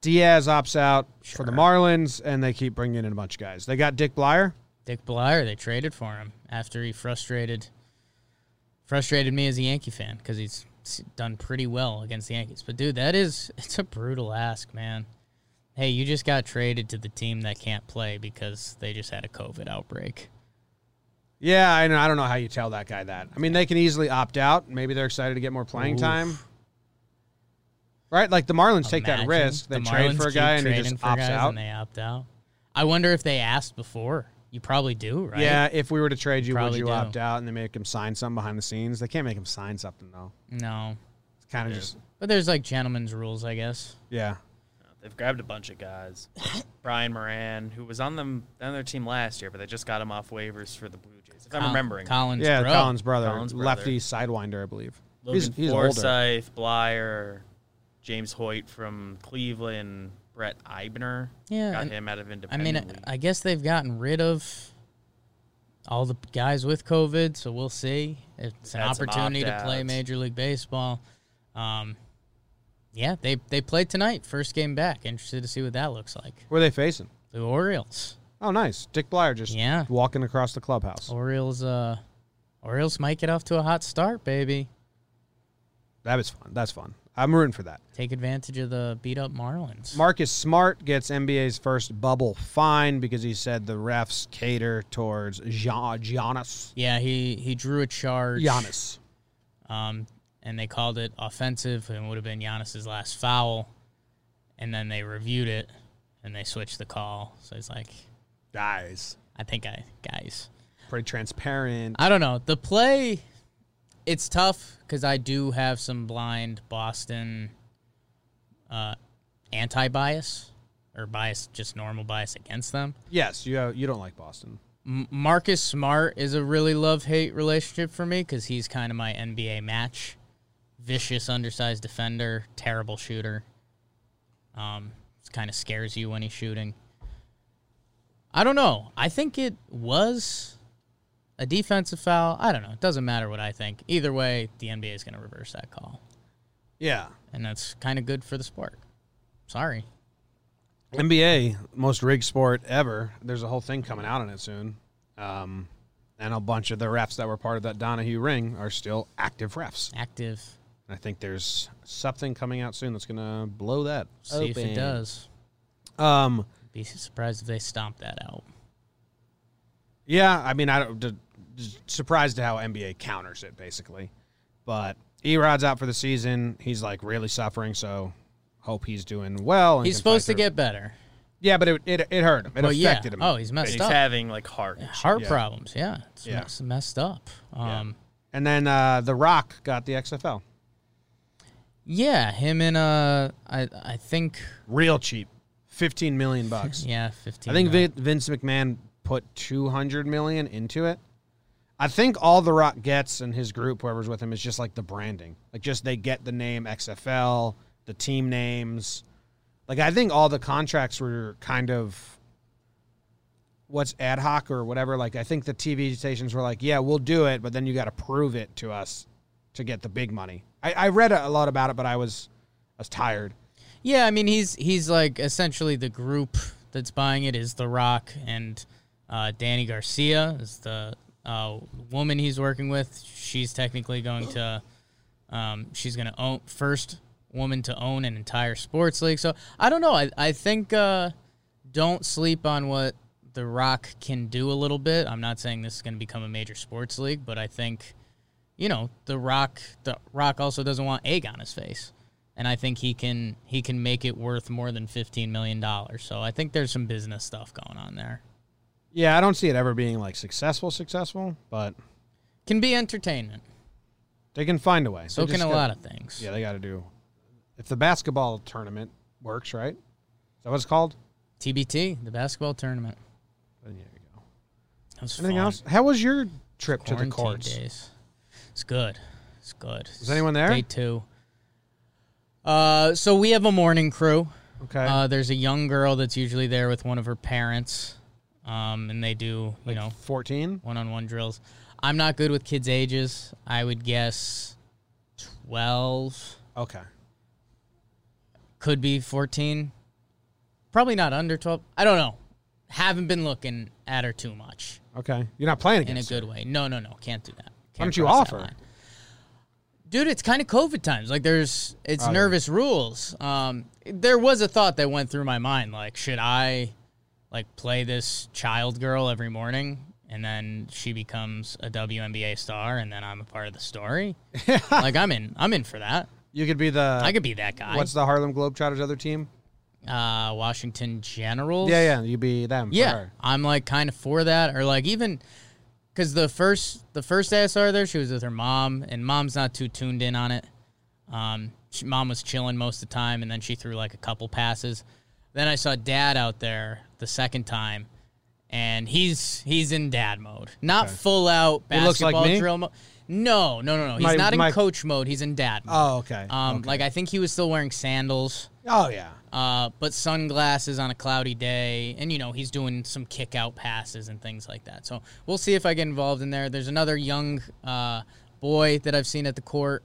S1: Diaz opts out for the
S2: Sure.
S1: Marlins, and they keep bringing in a bunch of guys. They got Dick Blyer.
S2: Dick Blyer, they traded for him after he frustrated frustrated me as a Yankee fan because he's s- done pretty well against the Yankees. But dude, that is it's a brutal ask, man. Hey, you just got traded to the team that can't play because they just had a COVID outbreak.
S1: Yeah, I know. I don't know how you tell that guy that. I mean, they can easily opt out. Maybe they're excited to get more playing
S2: Oof.
S1: time. Right? Like the Marlins take that
S2: Imagine
S1: risk. They
S2: the
S1: trade
S2: Marlins
S1: for a
S2: keep
S1: guy and he
S2: trading
S1: just
S2: for
S1: opts
S2: guys
S1: out.
S2: And they opt out. I wonder if they asked before. You probably do, right?
S1: Yeah, if we were to trade you, would
S2: Probably
S1: you
S2: do.
S1: opt out? And they make him sign something behind the scenes. They can't make him sign something though.
S2: No.
S1: It's kind of just
S2: But there's like gentlemen's rules, I guess.
S1: yeah.
S3: They've grabbed a bunch of guys. Brian Moran, who was on them on their team last year, but they just got him off waivers for the Blue Jays. If I'm
S2: Col-
S3: remembering,
S2: Collins,
S1: yeah,
S2: bro.
S1: Collins brother,
S3: Collins' brother.
S1: lefty sidewinder, I believe.
S3: Logan
S1: he's he's older.
S3: Forsythe, Blyer, James Hoyt from Cleveland, Brett Eibner.
S2: Yeah,
S3: got
S2: and-
S3: him out of
S2: I
S3: independent.
S2: mean,
S3: league.
S2: I guess they've gotten rid of all the guys with COVID, so we'll see. It's an
S3: Had some
S2: opportunity to play
S3: opt-outs.
S2: Major League Baseball. Um, yeah, they they played tonight, first game back. Interested to see what that looks like.
S1: Who are they facing?
S2: The Orioles.
S1: Oh, nice. Dick Blyer just
S2: Yeah.
S1: walking across the clubhouse.
S2: Orioles uh Orioles might get off to a hot start, baby.
S1: That was fun. That's fun. I'm rooting for that.
S2: Take advantage of the beat up Marlins.
S1: Marcus Smart gets NBA's first bubble fine because he said the refs cater towards Gian- Giannis.
S2: yeah, he he drew a charge.
S1: Giannis.
S2: Um, and they called it offensive and it would have been Giannis's last foul. And then they reviewed it and they switched the call. So it's like,
S1: Guys.
S2: I think I guys.
S1: Pretty transparent.
S2: I don't know. The play, it's tough because I do have some blind Boston uh, anti bias or bias, just normal bias against them.
S1: Yes, you you don't like Boston.
S2: M- Marcus Smart is a really love hate relationship for me because he's kind of my NBA match. Vicious, undersized defender, terrible shooter. Um, it kind of scares you when he's shooting. I don't know. I think it was a defensive foul. I don't know. It doesn't matter what I think. Either way, the NBA is going to reverse that call.
S1: Yeah.
S2: And that's kind of good for the sport. Sorry.
S1: NBA, most rigged sport ever. There's a whole thing coming out on it soon. Um, and a bunch of the refs that were part of that Donahue ring are still active refs.
S2: Active.
S1: And I think there's something coming out soon that's going to blow that.
S2: See if
S1: open.
S2: it does.
S1: Um,
S2: Be surprised if they stomp that out.
S1: Yeah, I mean, I don't d- d- surprised at how NBA counters it basically, but Erod's out for the season. He's like really suffering, so hope he's doing well. and
S2: He's
S1: can
S2: supposed
S1: fight
S2: to
S1: through.
S2: get better.
S1: yeah, but it it, it hurt him. It
S2: Well, yeah.
S1: affected him.
S2: Oh, he's messed
S3: He's
S2: up.
S3: having like heart. issues.
S2: Heart
S1: Yeah.
S2: problems. Yeah. It's
S1: Yeah.
S2: mess- messed up. Um,
S1: And then uh, the Rock got the XFL
S2: yeah. Him and, uh, I, I think,
S1: real cheap, fifteen million bucks.
S2: yeah, 15.
S1: I think
S2: mil.
S1: Vin- Vince McMahon put two hundred million into it. I think all the Rock gets and his group, whoever's with him, is just like the branding. Like just they get the name XFL, the team names. Like I think all the contracts were kind of what's ad hoc or whatever. Like I think the TV stations were like, yeah, we'll do it, but then you got to prove it to us to get the big money. I, I read a lot about it, but I was I was tired.
S2: Yeah, I mean he's he's like essentially the group that's buying it is The Rock and uh, Danny Garcia is the uh, woman he's working with. She's technically going to um, she's going to own first woman to own an entire sports league. So I don't know. I I think uh, don't sleep on what The Rock can do a little bit. I'm not saying this is going to become a major sports league, but I think you know, The Rock The Rock also doesn't want egg on his face. And I think he can he can make it worth more than 15 million dollars. So I think there's some business stuff going on there.
S1: Yeah, I don't see it ever being like successful, successful, but
S2: Can be entertainment.
S1: they can find a way.
S2: So can a lot of things.
S1: Yeah, they got to do. If the basketball tournament works, right? Is that what it's called?
S2: TBT, the basketball tournament.
S1: Then there you go.
S2: That was
S1: Anything
S2: fun.
S1: else? How was your trip to the
S2: Quarantine
S1: courts?
S2: days. It's good. It's good. Was
S1: anyone there?
S2: Day 2. Uh so we have a morning crew.
S1: Okay.
S2: Uh, there's a young girl that's usually there with one of her parents. Um, and they do, you know,
S1: 14?
S2: one on one drills. I'm not good with kids' ages. I would guess 12,
S1: Okay.
S2: could be 14. Probably not under 12. I don't know. Haven't been looking at her too much
S1: Okay. You're not playing
S2: in a
S1: against
S2: good way. No, no, no. Can't do that. Can't
S1: Why don't you
S2: cross that
S1: offer?
S2: line. Dude, it's kind of COVID times. Like, there's, it's
S1: Oh, yeah.
S2: nervous rules. Um, there was a thought that went through my mind like, should I, like, play this child girl every morning and then she becomes a WNBA star and then I'm a part of the story? like, I'm in, I'm in for that.
S1: You could be the.
S2: I could be that guy.
S1: what's the Harlem Globetrotters other team?
S2: uh, Washington Generals?
S1: Yeah, yeah. You'd be them. for
S2: Yeah,
S1: her.
S2: I'm like kind of for that, or like even because the first the first day I saw her there, she was with her mom, and mom's not too tuned in on it. Um, she, mom was chilling most of the time, and then she threw like a couple passes. Then I saw dad out there the second time, and he's he's in dad mode, not full out
S1: He looks like
S2: basketball
S1: me?
S2: drill mode. No, no, no, no. He's
S1: My-
S2: not in
S1: my-
S2: coach mode. He's in dad mode.
S1: Oh, okay.
S2: um, like I think he was still wearing sandals
S1: oh, yeah.
S2: uh, but sunglasses on a cloudy day, and you know he's doing some kick out passes and things like that. So we'll see if I get involved in there. There's another young uh, boy that I've seen at the court.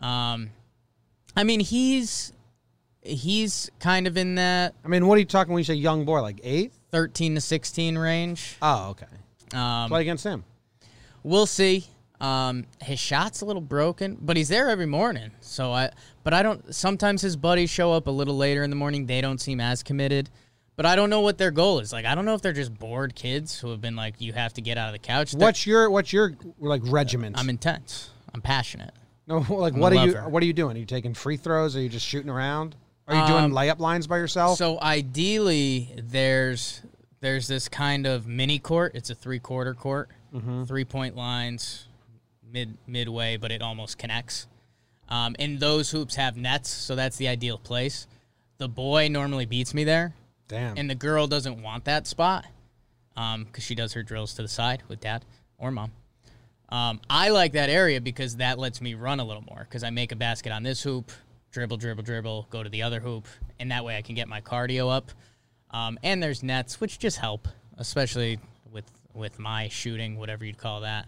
S2: Um, I mean he's he's kind of in that
S1: I mean, what are you talking when you say young boy? Like eight?
S2: 13 to 16 range.
S1: Oh, okay.
S2: Um,
S1: Play against him.
S2: We'll see. Um, his shot's a little broken, but he's there every morning. So I, but I don't. Sometimes his buddies show up a little later in the morning. They don't seem as committed. But I don't know what their goal is. Like I don't know if they're just bored kids who have been like, "You have to get out of the couch." They're-
S1: What's your what's your like regiment?
S2: I'm intense. I'm passionate.
S1: no, like what are
S2: love
S1: you
S2: her.
S1: what are you doing? Are you taking free throws? Are you just shooting around? Are you doing
S3: Um,
S1: layup lines by yourself?
S2: So ideally, there's there's this kind of mini court. It's a three quarter court, three point lines, mid midway, but it almost connects. Um, and those hoops have nets, so that's the ideal place. The boy normally beats me there,
S1: Damn.
S2: and the girl doesn't want that spot. because she does her drills to the side with dad or mom. Um, I like that area because that lets me run a little more because I make a basket on this hoop, dribble, dribble, dribble, go to the other hoop, and that way I can get my cardio up. Um, and there's nets, which just help, especially with with my shooting, whatever you'd call that.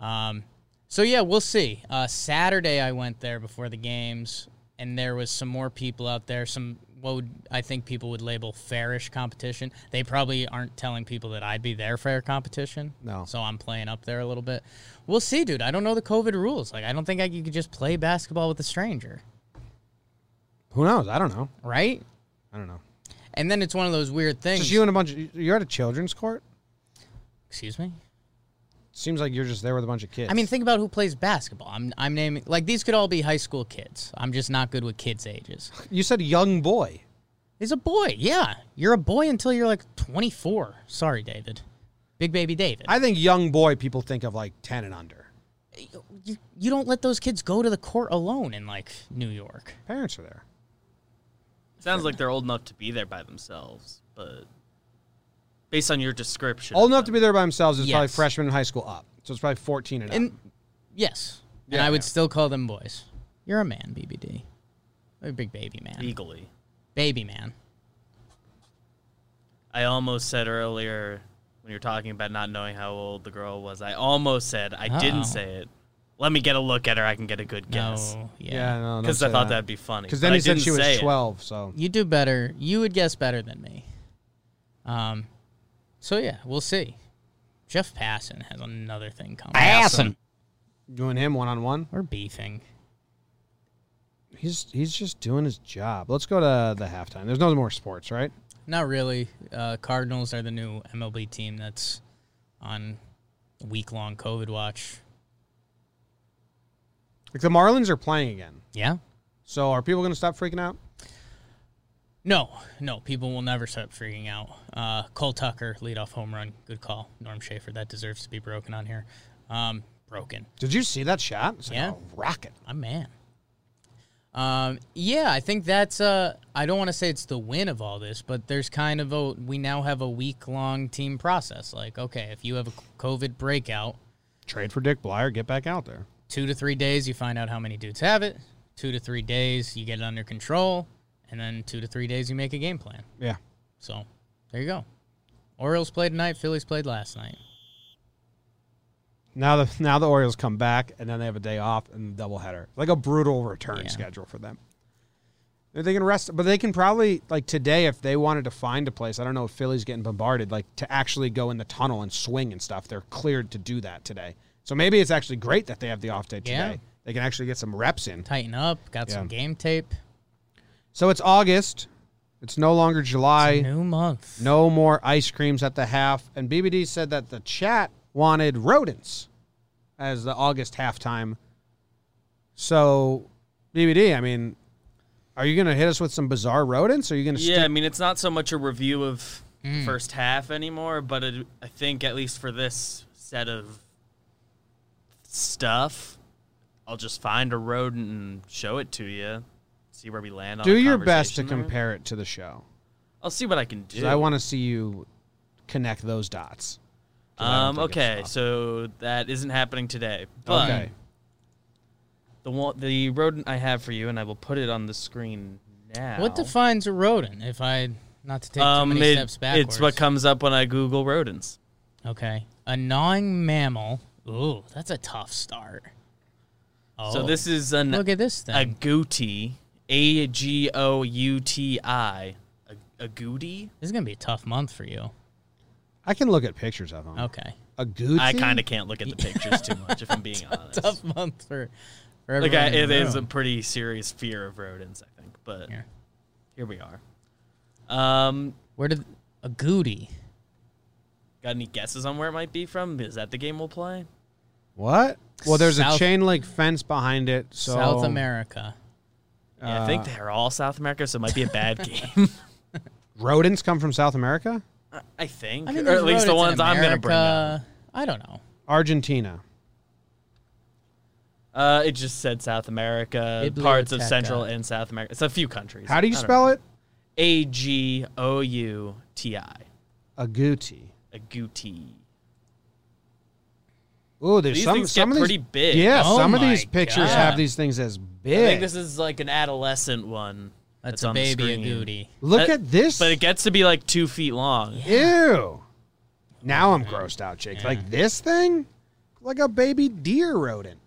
S2: Um, so yeah, we'll see. Uh, Saturday I went there before the games, and there was some more people out there. Some what would I think people would label fairish competition. They probably aren't telling people that I'd be their fair competition.
S1: No.
S2: So I'm playing up there a little bit. We'll see, dude. I don't know the COVID rules. Like I don't think I, you could just play basketball with a stranger,
S1: Who knows? I don't know.
S2: right?
S1: I don't know.
S2: And then it's one of those weird things.
S1: Just you and a bunch of. You're at a children's court?
S2: Excuse me.
S1: Seems like you're just there with a bunch of kids.
S2: I mean, think about who plays basketball. I'm, I'm naming like these could all be high school kids. I'm just not good with kids' ages.
S1: you said young boy.
S2: He's a boy. Yeah, you're a boy until you're like 24. Sorry, David. Big baby David.
S1: I think young boy people think of like 10 and under.
S2: you, you don't let those kids go to the court alone in like New York.
S1: Parents are there.
S3: Sounds like they're old enough to be there by themselves, but based on your description,
S1: Old enough to be there by themselves is probably
S2: Yes.
S1: freshman in high school up. So it's probably 14 and, up.
S2: And yes, and
S1: Yeah,
S2: I would
S1: yeah.
S2: still call them boys. You're a man, BBD. A big baby man.
S3: legally.
S2: Baby man.
S3: I almost said earlier when you're talking about not knowing how old the girl was. I almost said I
S2: Uh-oh.
S3: didn't say it. Let me get a look at her. I can get a good guess
S2: No. Yeah.
S1: Yeah, no,
S3: because I thought that'd be funny.
S1: Because
S3: but
S1: then
S3: I
S1: he said
S3: didn't
S1: she was
S3: say it.
S1: 12, so.
S2: You do better. You would guess better than me. Um. So yeah, we'll see. Jeff Passon has another thing coming.
S4: Passin'.
S1: You and him one on one?
S2: We're beefing.
S1: He's he's just doing his job. Let's go to the halftime. There's no more sports, right?
S2: Not really. Uh, Cardinals are the new MLB team that's on week long COVID watch.
S1: Like the Marlins are playing again.
S2: Yeah.
S1: So are people going to stop freaking out?
S2: No, no, people will never stop freaking out. Uh, Cole Tucker, leadoff home run, good call. Norm Schaefer, that deserves to be broken on here. Um, broken.
S1: Did you see that shot? It's like
S2: Yeah.
S1: a rocket.
S2: I'm man. Um, yeah, I think that's. Uh, I don't want to say it's the win of all this, but there's kind of a. We now have a week long team process. Like, okay, if you have a COVID breakout,
S1: Trade for Dick Blyer. Get back out there.
S2: two to three days you find out how many dudes have it two to three days you get it under control and then two to three days you make a game plan
S1: Yeah.
S2: so there you go orioles played tonight phillies played last night
S1: Now the now the Orioles come back and then they have a day off and the doubleheader. Like a brutal return
S2: Yeah.
S1: schedule for them. They can rest, but they can probably like today if they wanted to find a place. I don't know if Philly's getting bombarded, like to actually go in the tunnel and swing and stuff. They're cleared to do that today, so maybe it's actually great that they have the off day
S2: Yeah.
S1: today. They can actually get some reps in.
S2: tighten up got some
S1: Yeah.
S2: game tape
S1: So it's August. It's no longer July.
S2: new month
S1: No more ice creams at the half. And BBD said that the chat wanted rodents as the August halftime. So, BBD, I mean, are you going to hit us with some bizarre rodents? are you going to
S3: Yeah, I mean it's not so much a review of
S1: Mm.
S3: the first half anymore, but it, I think at least for this set of stuff, I'll just find a rodent and show it to you. See where we land. on
S1: do
S3: the
S1: your best to
S3: conversation there.
S1: compare it to the show?
S3: I'll see what I can
S1: 'Cause
S3: do.
S1: I want to see you connect those dots. 'Cause I don't
S3: Um,
S1: think it's
S3: okay,
S1: up.
S3: so that isn't happening today. But
S1: okay.
S3: the one, the rodent I have for you, and I will put it on the screen now.
S2: what defines a rodent if i not to take
S3: Um,
S2: too many
S3: it-
S2: steps backwards
S3: It's what comes up when I Google rodents.
S2: okay a gnawing mammal ooh that's a tough start oh
S3: So this is an
S2: look at this
S3: a
S2: thing
S3: agouti, a g o u t i, agouti.
S2: this is gonna be a tough month for you
S1: I can look at pictures of them.
S2: okay
S1: A Gucci?
S3: I kind of can't look at the pictures too much if I'm being honest.
S2: tough month for, for
S3: Like
S2: everyone.
S3: I,
S2: in the
S3: it is a
S2: room.
S3: pretty serious fear of rodents, I think. But
S2: Here.
S3: here we are. Um,
S2: Where did a goody?
S3: got any guesses on where it might be from? Is that the game we'll play?
S1: What? Well, there's a
S2: South-
S1: chain link fence behind it. So
S2: South America.
S3: Yeah, I think
S2: Uh,
S3: they're all South America, so it might be a bad game.
S1: rodents come from South America?
S3: I- I think,
S2: I mean,
S3: or
S2: there's
S3: at least the
S2: rodents
S3: ones
S2: in
S3: I'm gonna bring up.
S2: America. I don't know.
S1: Argentina.
S3: Uh, it just said South America, parts of Central and South America. It's a few countries.
S1: How do you spell it?
S3: A G O U T I.
S1: Agouti.
S3: Agouti. agouti.
S1: Ooh, there's
S3: These
S1: some
S3: things
S1: some
S3: get
S1: of these
S3: pretty big.
S1: Yeah,
S2: Oh
S1: some of
S2: my
S1: these pictures
S2: God.
S1: have these things as big.
S3: I think this is like an adolescent one.
S2: That's, a
S3: on the
S2: baby
S3: screen.
S2: agouti.
S1: Look
S3: that-
S1: at this.
S3: But it gets to be like two feet long.
S1: Ew. Now I'm grossed out, Jake. Like this thing? Like a baby deer rodent.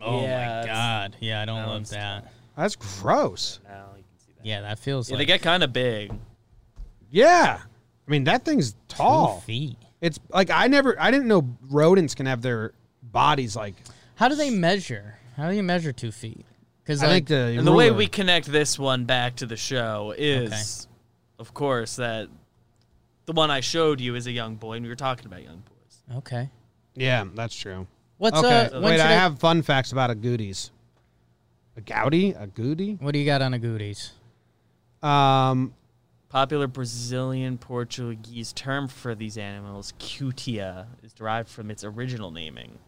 S2: Oh
S3: Yeah,
S2: my
S3: it's-
S2: god. Yeah, I don't
S3: that
S2: love
S3: one's
S2: that.
S1: That's gross.
S3: Now you can see that.
S2: Yeah, that feels
S3: Yeah,
S2: like
S3: they get kind of big.
S1: Yeah. I mean, that thing's
S2: two
S1: tall.
S2: feet.
S1: It's like I never I didn't know rodents can have their bodies like
S2: How do they measure? How do you measure two feet? Because
S1: I
S2: like,
S1: think the
S3: And the way
S1: ruler-
S3: we connect this one back to the show is, of course, that the one I showed you is a young boy, and we were talking about young boys.
S2: okay,
S1: Yeah, that's true.
S2: what's
S1: okay.
S2: uh? when
S1: Wait,
S2: should
S1: I have fun facts about agoutis. A gouty? A goody?
S2: What do you got on agoutis?
S1: Um
S3: Popular Brazilian Portuguese term for these animals, cutia, is derived from its original naming.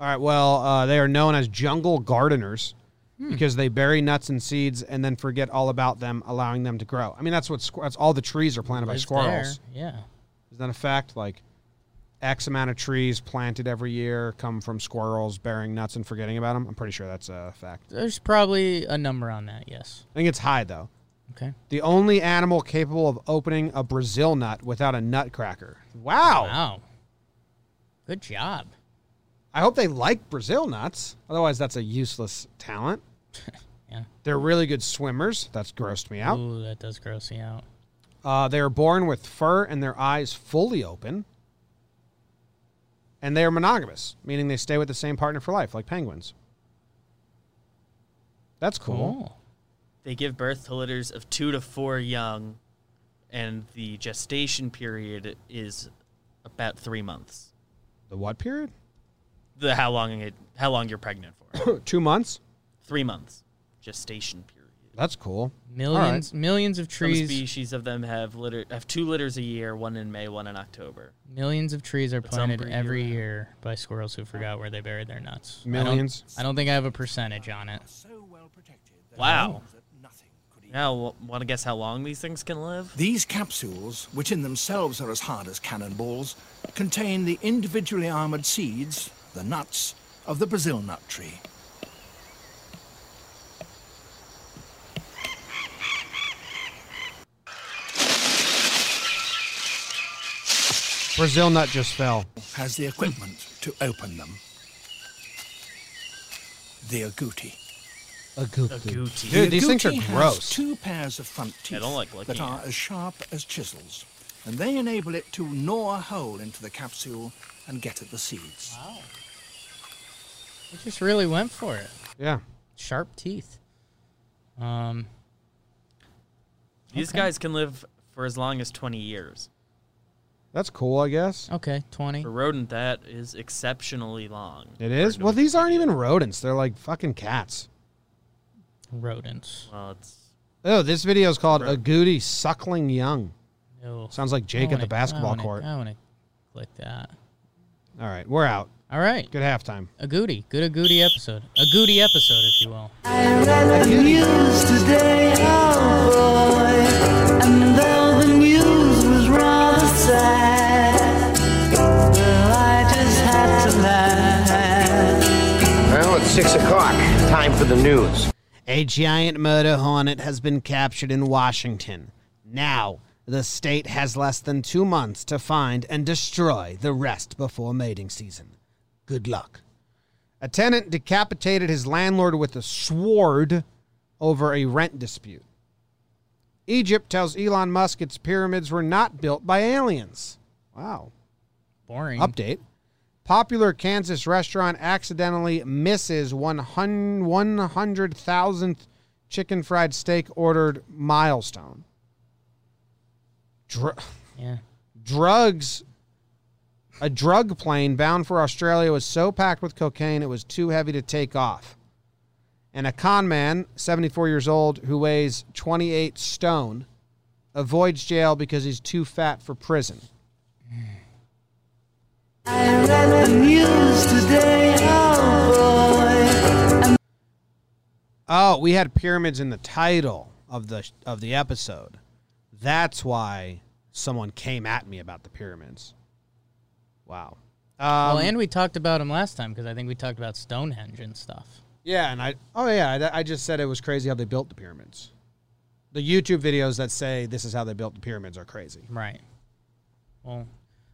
S1: All right. Well, uh, they are known as jungle gardeners
S2: Hmm.
S1: because they bury nuts and seeds and then forget all about them, allowing them to grow. I mean, that's what squ- that's all the trees are planted by
S2: Lives
S1: squirrels.
S2: there, Yeah.
S1: Isn't that a fact? Like, X amount of trees planted every year come from squirrels burying nuts and forgetting about them. I'm pretty sure that's a fact.
S2: There's probably a number on that. Yes.
S1: I think it's high though.
S2: Okay.
S1: The only animal capable of opening a Brazil nut without a nutcracker. Wow.
S2: Wow. Good job.
S1: I hope they like Brazil nuts. Otherwise, that's a useless talent.
S2: Yeah.
S1: They're really good swimmers. That's grossed me out.
S2: Ooh, that does gross me out.
S1: Uh, they are born with fur and their eyes fully open. And they are monogamous, meaning they stay with the same partner for life, like penguins. That's cool.
S2: Cool.
S3: They give birth to litters of two to four young, and the gestation period is about three months.
S1: The what period?
S3: The how long it how long you're pregnant for?
S1: Two months.
S3: three months gestation period.
S1: That's cool.
S2: Millions, millions of
S3: Some
S2: trees.
S3: species of them have litter have two litters a year, one in May, one in October.
S2: Millions of trees are
S3: some
S2: planted
S3: breed
S2: every
S3: around.
S2: year by squirrels who forgot where they buried their nuts. I don't-
S1: Millions.
S2: I don't, think I have a percentage on it.
S4: so well protected that
S3: Wow.
S4: that nothing could eat.
S3: Now, want to guess how long these things can live?
S4: These capsules, which in themselves are as hard as cannonballs, contain the individually armored seeds, the nuts, of the Brazil nut tree.
S1: Brazil nut just fell.
S4: Has the equipment to open them. The agouti.
S3: Agouti.
S1: Dude,
S4: The
S1: these things are
S4: agouti has
S1: gross.
S4: Two pairs of front teeth
S3: I don't like looking
S4: that are
S3: at
S4: as sharp as chisels, and they enable it to gnaw a hole into the capsule and get at the seeds.
S2: It just really went for it.
S1: Yeah.
S2: Sharp teeth. Um,
S3: These
S2: Okay.
S3: guys can live for as long as 20 years.
S1: That's cool, I guess.
S2: okay, 20.
S3: For rodent, that is exceptionally long.
S1: It is. Well, these aren't even rodents. They're like fucking cats.
S2: Rodents.
S3: Well, it's
S1: Oh, this video is called A Goody Suckling Young.
S2: No.
S1: Sounds like Jake
S2: I
S1: at the
S2: wanna-
S1: basketball
S2: I wanna-
S1: court.
S2: I want to click that.
S1: All right, we're out.
S2: All right.
S1: Good halftime.
S2: A goody. Good a goody episode. A goody episode, if you will.
S5: the news today, oh boy. And though the news was rather sad, well, I just had to laugh.
S6: Well, it's six o'clock. Time for the news.
S1: A giant murder hornet has been captured in Washington. Now, the state has less than two months to find and destroy the rest before mating season. Good luck. A tenant decapitated his landlord with a sword over a rent dispute. Egypt tells Elon Musk its pyramids were not built by aliens. Wow.
S2: Boring.
S1: Update. Popular Kansas restaurant accidentally misses 100 100,000th chicken fried steak ordered milestone. Dr-
S2: Yeah.
S1: drugs. A drug plane bound for Australia was so packed with cocaine it was too heavy to take off. And a con man, 74 years old, who weighs 28 stone, avoids jail because he's too fat for prison.
S5: I read the news today, oh boy.
S1: Oh, we had pyramids in the title of the of the episode. That's why someone came at me about the pyramids. Wow. Uh,
S2: well, and we talked about him last time because I think we talked about Stonehenge and stuff.
S1: Yeah, and I oh yeah, I, I just said it was crazy how they built the pyramids. The YouTube videos that say this is how they built the pyramids are crazy.
S2: Right. Well,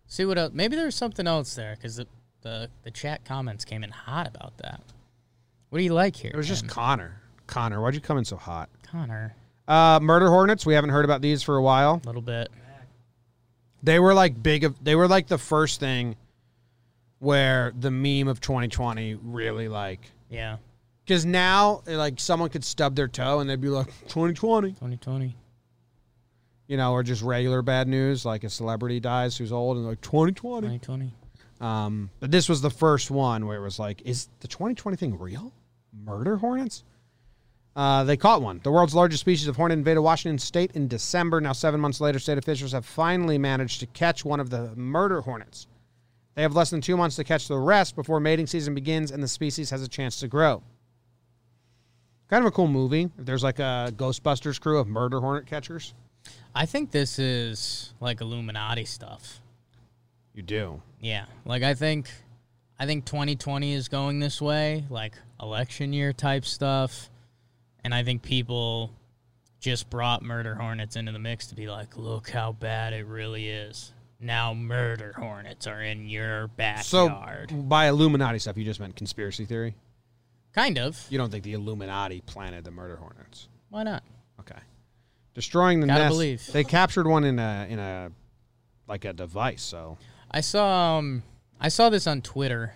S2: see what else. Maybe there's something else there because the, the the chat comments came in hot about that. What do you like here?
S1: It was just
S2: Tim?
S1: Connor. Connor, why'd you come in so hot?
S2: Connor
S1: Uh, murder hornets. We haven't heard about these for a while.
S2: a little bit.
S1: They were like big. Of, they were like the first thing where the meme of 2020 really like
S2: Yeah,
S1: because now eh, like someone could stub their toe and they'd be like 2020,
S2: 2020.
S1: you know, or just regular bad news like a celebrity dies who's old and like 2020.
S2: 2020.
S1: Um, but this was the first one where it was like, is the 2020 thing real? Murder hornets? Uh, they caught one. The world's largest species of hornet invaded Washington state in December. Now, seven months later, state officials have finally managed to catch one of the murder hornets. They have less than two months to catch the rest before mating season begins and the species has a chance to grow. Kind of a cool movie. If there's like a Ghostbusters crew of murder hornet catchers,
S2: I think this is like Illuminati stuff.
S1: you do.
S2: Yeah, like I think, I think 2020 is going this way, like election year type stuff, and I think people just brought murder hornets into the mix to be like, look how bad it really is. Now murder hornets are in your
S1: So,
S2: backyard.
S1: by Illuminati stuff, you just meant conspiracy theory?
S2: kind of.
S1: You don't think the Illuminati planted the murder hornets?
S2: Why not?
S1: Okay. Destroying the
S2: Gotta
S1: nest.
S2: believe.
S1: They captured one in a in a like a device. So
S2: I saw um, I saw this on Twitter,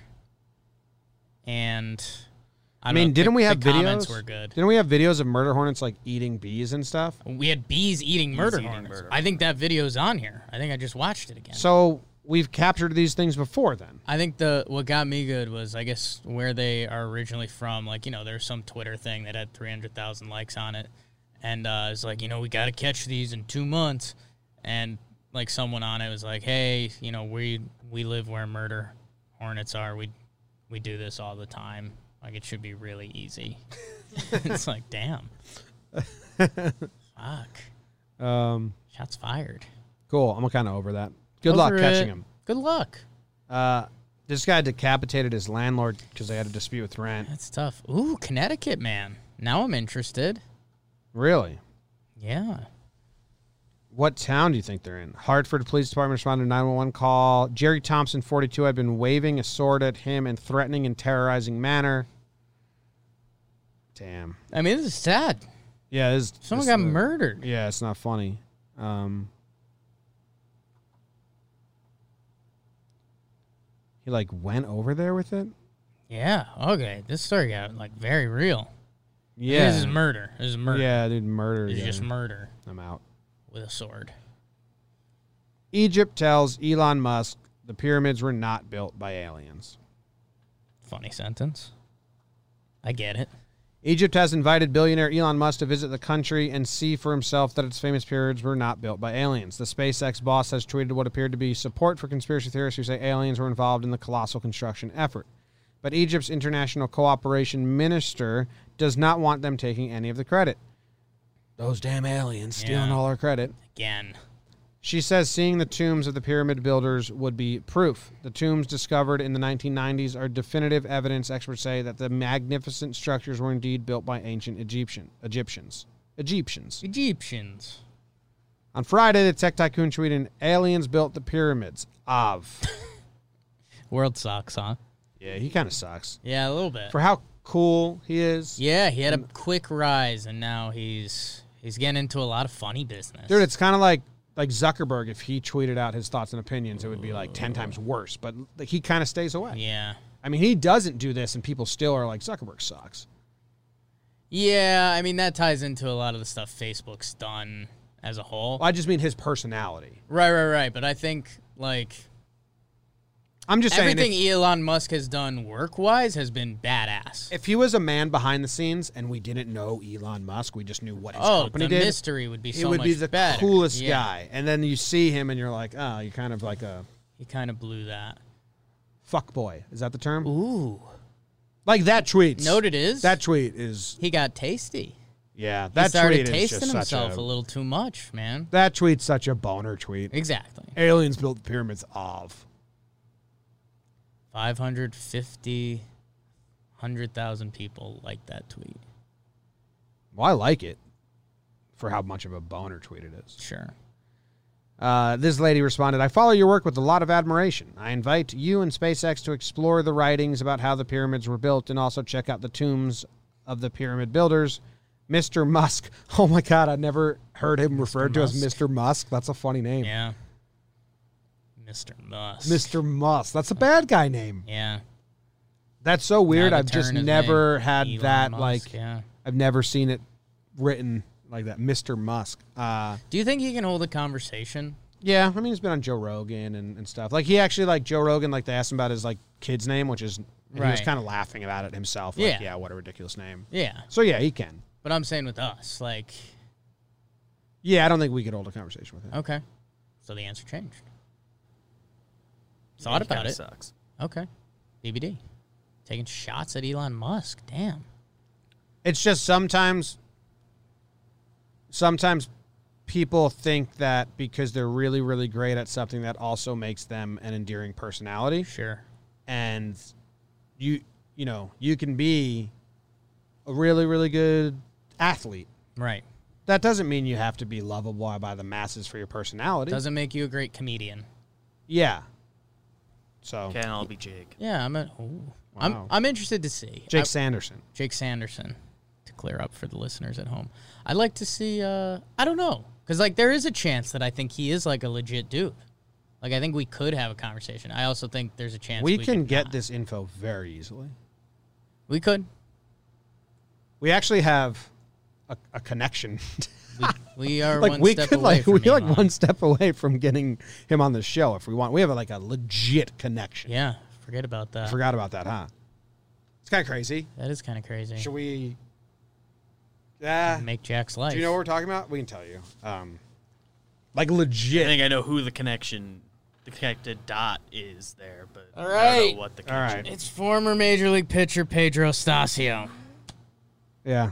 S2: and I,
S1: I
S2: don't
S1: mean,
S2: know,
S1: didn't
S2: the-
S1: we have
S2: the
S1: videos?
S2: Comments were good.
S1: Didn't we have videos of murder hornets like eating bees and stuff?
S2: We had bees eating murder
S3: eating
S2: hornets.
S3: murder
S2: I think that video's on here. I think I just watched it again.
S1: So we've captured these things before. Then
S2: I think the what got me good was I guess where they are originally from. Like you know, there's some Twitter thing that had 300,000 likes on it, and uh, it's like you know we got to catch these in two months, and like someone on it was like, hey, you know we we live where murder hornets are. We we do this all the time. Like it should be really easy. it's like damn, fuck,
S1: um,
S2: shots fired.
S1: cool. I'm kind of over that. Good luck
S2: Over
S1: catching
S2: it.
S1: them.
S2: Good luck.
S1: Uh, this guy decapitated his landlord because they had a dispute with rent.
S2: That's tough. Ooh, Connecticut man. Now I'm interested.
S1: Really?
S2: Yeah.
S1: What town do you think they're in? Hartford Police Department responded to a 911 call. Jerry Thompson, 42, had been waving a sword at him in threatening and terrorizing manner. Damn.
S2: I mean, this is sad.
S1: Yeah, this,
S2: Someone
S1: this-
S2: got murdered.
S1: Yeah, it's not funny. Um, he like went over there with it.
S2: Yeah. Okay. This story got like very real.
S1: Yeah,
S2: This is murder. This is murder.
S1: yeah, dude, murder.
S2: This is
S1: yeah.
S2: just murder
S1: I'm out.
S2: with a sword.
S1: Egypt tells Elon Musk the pyramids were not built by aliens.
S2: Funny sentence. I get it.
S1: Egypt has invited billionaire Elon Musk to visit the country and see for himself that its famous pyramids were not built by aliens. The SpaceX boss has tweeted what appeared to be support for conspiracy theorists who say aliens were involved in the colossal construction effort. But Egypt's international cooperation minister does not want them taking any of the credit. Those damn aliens stealing
S2: Yeah.
S1: all our credit.
S2: Again.
S1: She says seeing the tombs of the pyramid builders would be proof. The tombs discovered in the 1990s are definitive evidence, experts say, that the magnificent structures were indeed built by ancient Egyptian Egyptians. Egyptians.
S2: Egyptians.
S1: On Friday, the tech tycoon tweeted, an aliens built the pyramids. Of.
S2: World sucks, huh?
S1: yeah, he kind of sucks.
S2: Yeah, a little bit.
S1: For how cool he is.
S2: yeah, he had a quick rise, and now he's he's getting into a lot of funny business.
S1: Dude, it's kind of like like Zuckerberg. If he tweeted out his thoughts and opinions, it would be like 10 times worse. But like, he kind of stays away.
S2: yeah.
S1: I mean, he doesn't do this, and people still are like, Zuckerberg sucks.
S2: Yeah, I mean that ties into a lot of the stuff Facebook's done as a whole.
S1: Well, I just mean his personality.
S2: Right, right, right. But I think like
S1: I'm just saying,
S2: everything
S1: if,
S2: Elon Musk has done work wise has been badass.
S1: if he was a man behind the scenes and we didn't know Elon Musk, we just knew what his
S2: oh,
S1: company
S2: the
S1: did.
S2: mystery would be
S1: he
S2: so
S1: would
S2: much
S1: be the
S2: better.
S1: coolest
S2: Yeah,
S1: guy. And then you see him and you're like, oh, you're kind of like a
S2: He kind of blew that.
S1: fuck boy. Is that the term?
S2: Ooh,
S1: Like that tweet.
S2: note it is
S1: That tweet is
S2: he got tasty.
S1: yeah.
S2: He
S1: That tweet
S2: started tasting
S1: is just
S2: himself
S1: such
S2: a,
S1: a,
S2: little too much, man.
S1: that tweet's such a boner tweet.
S2: Exactly.
S1: Aliens built the pyramids of.
S2: 550, 100,000 people like that tweet.
S1: Well, I like it for how much of a boner tweet it is.
S2: Sure.
S1: Uh, this lady responded, I follow your work with a lot of admiration. I invite you and SpaceX to explore the writings about how the pyramids were built and also check out the tombs of the pyramid builders. Mr. Musk. Oh my God, I never heard him referred to as Mr. Musk. That's a funny name.
S2: Yeah. Mr. Musk.
S1: Mr. Musk. That's a bad guy name.
S2: Yeah.
S1: That's so weird.
S2: Now to
S1: I've just
S2: turn his
S1: never
S2: name.
S1: had
S2: Elon
S1: that.
S2: Musk,
S1: Like,
S2: yeah.
S1: I've never seen it written like that. Mr. Musk. Uh,
S2: Do you think he can hold a conversation?
S1: Yeah, I mean, he's been on Joe Rogan and, and stuff. Like he actually like Joe Rogan. Like they asked him about his like kid's name, which is and he was
S2: Right.
S1: kind of laughing about it himself. Like, yeah,
S2: Yeah.
S1: what a ridiculous name.
S2: Yeah.
S1: So yeah, he can.
S2: But I'm saying with us, like,
S1: Yeah, I don't think we could hold a conversation with him.
S2: okay. So the answer changed. Thought about
S3: Kinda
S2: it.
S3: Sucks.
S2: Okay. BBD. Taking shots at Elon Musk. Damn.
S1: It's just sometimes, sometimes people think that because they're really really great at something, that also makes them an endearing personality.
S2: Sure.
S1: and you you know you can be a really really good athlete
S2: Right.
S1: that doesn't mean you have to be lovable by the masses for your personality
S2: Doesn't make you a great comedian.
S1: yeah so
S3: Can't all be Jake.
S2: Yeah, I'm a, ooh. I'm
S1: Wow.
S2: I'm interested to see.
S1: jake
S2: I-
S1: sanderson
S2: Jake Sanderson to clear up for the listeners at home. I'd like to see uh I don't know cuz like there is a chance that I think he is like a legit dude. Like I think we could have a conversation. I also think there's a chance
S1: we can
S2: could
S1: get
S2: not.
S1: this info very easily
S2: We could.
S1: we actually have a, a connection
S2: We are
S1: like
S2: one
S1: we
S2: step
S1: could
S2: away
S1: like
S2: from
S1: we're like
S2: Elon.
S1: one step away from getting him on the show if we want we have like a legit connection
S2: Yeah, forget about that.
S1: forgot about that huh it's kind of crazy
S2: That is kind of crazy.
S1: should we yeah
S2: Make Jack's life.
S1: Do you know what we're talking about? We can tell you. Um, like
S3: I
S1: legit.
S3: think I know who the connection, the connected dot is there, but
S2: All
S3: I don't
S2: right.
S3: know what the
S1: All
S3: connection
S1: right.
S2: it's former major league pitcher Pedro Stasio.
S1: Yeah.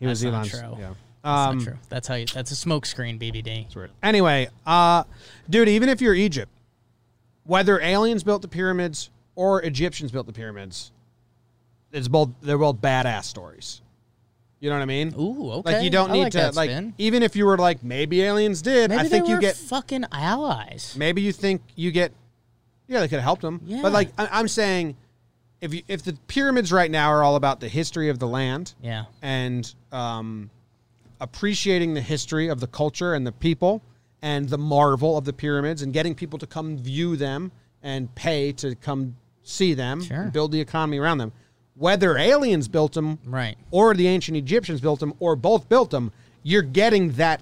S1: He was
S2: That's not
S1: Elon's.
S2: true.
S1: Yeah.
S2: That's
S1: Um,
S2: not true. That's how you. That's a smokescreen, BBD.
S1: that's weird. Anyway, uh, dude, even if you're Egypt, whether aliens built the pyramids or Egyptians built the pyramids, it's both they're both badass stories. You know what I mean?
S2: Ooh, okay.
S1: Like you don't
S2: I
S1: need
S2: like
S1: to
S2: that
S1: like
S2: spin.
S1: even if you were like maybe aliens did,
S2: Maybe
S1: I think
S2: they
S1: you
S2: were
S1: get
S2: fucking allies.
S1: Maybe you think you get, yeah, they could have helped them.
S2: Yeah.
S1: But like I, I'm saying, if you if the pyramids right now are all about the history of the land
S2: Yeah.
S1: and um, appreciating the history of the culture and the people and the marvel of the pyramids and getting people to come view them and pay to come see them,
S2: Sure.
S1: and build the economy around them. Whether aliens built them,
S2: Right.
S1: or the ancient Egyptians built them, or both built them, you're getting that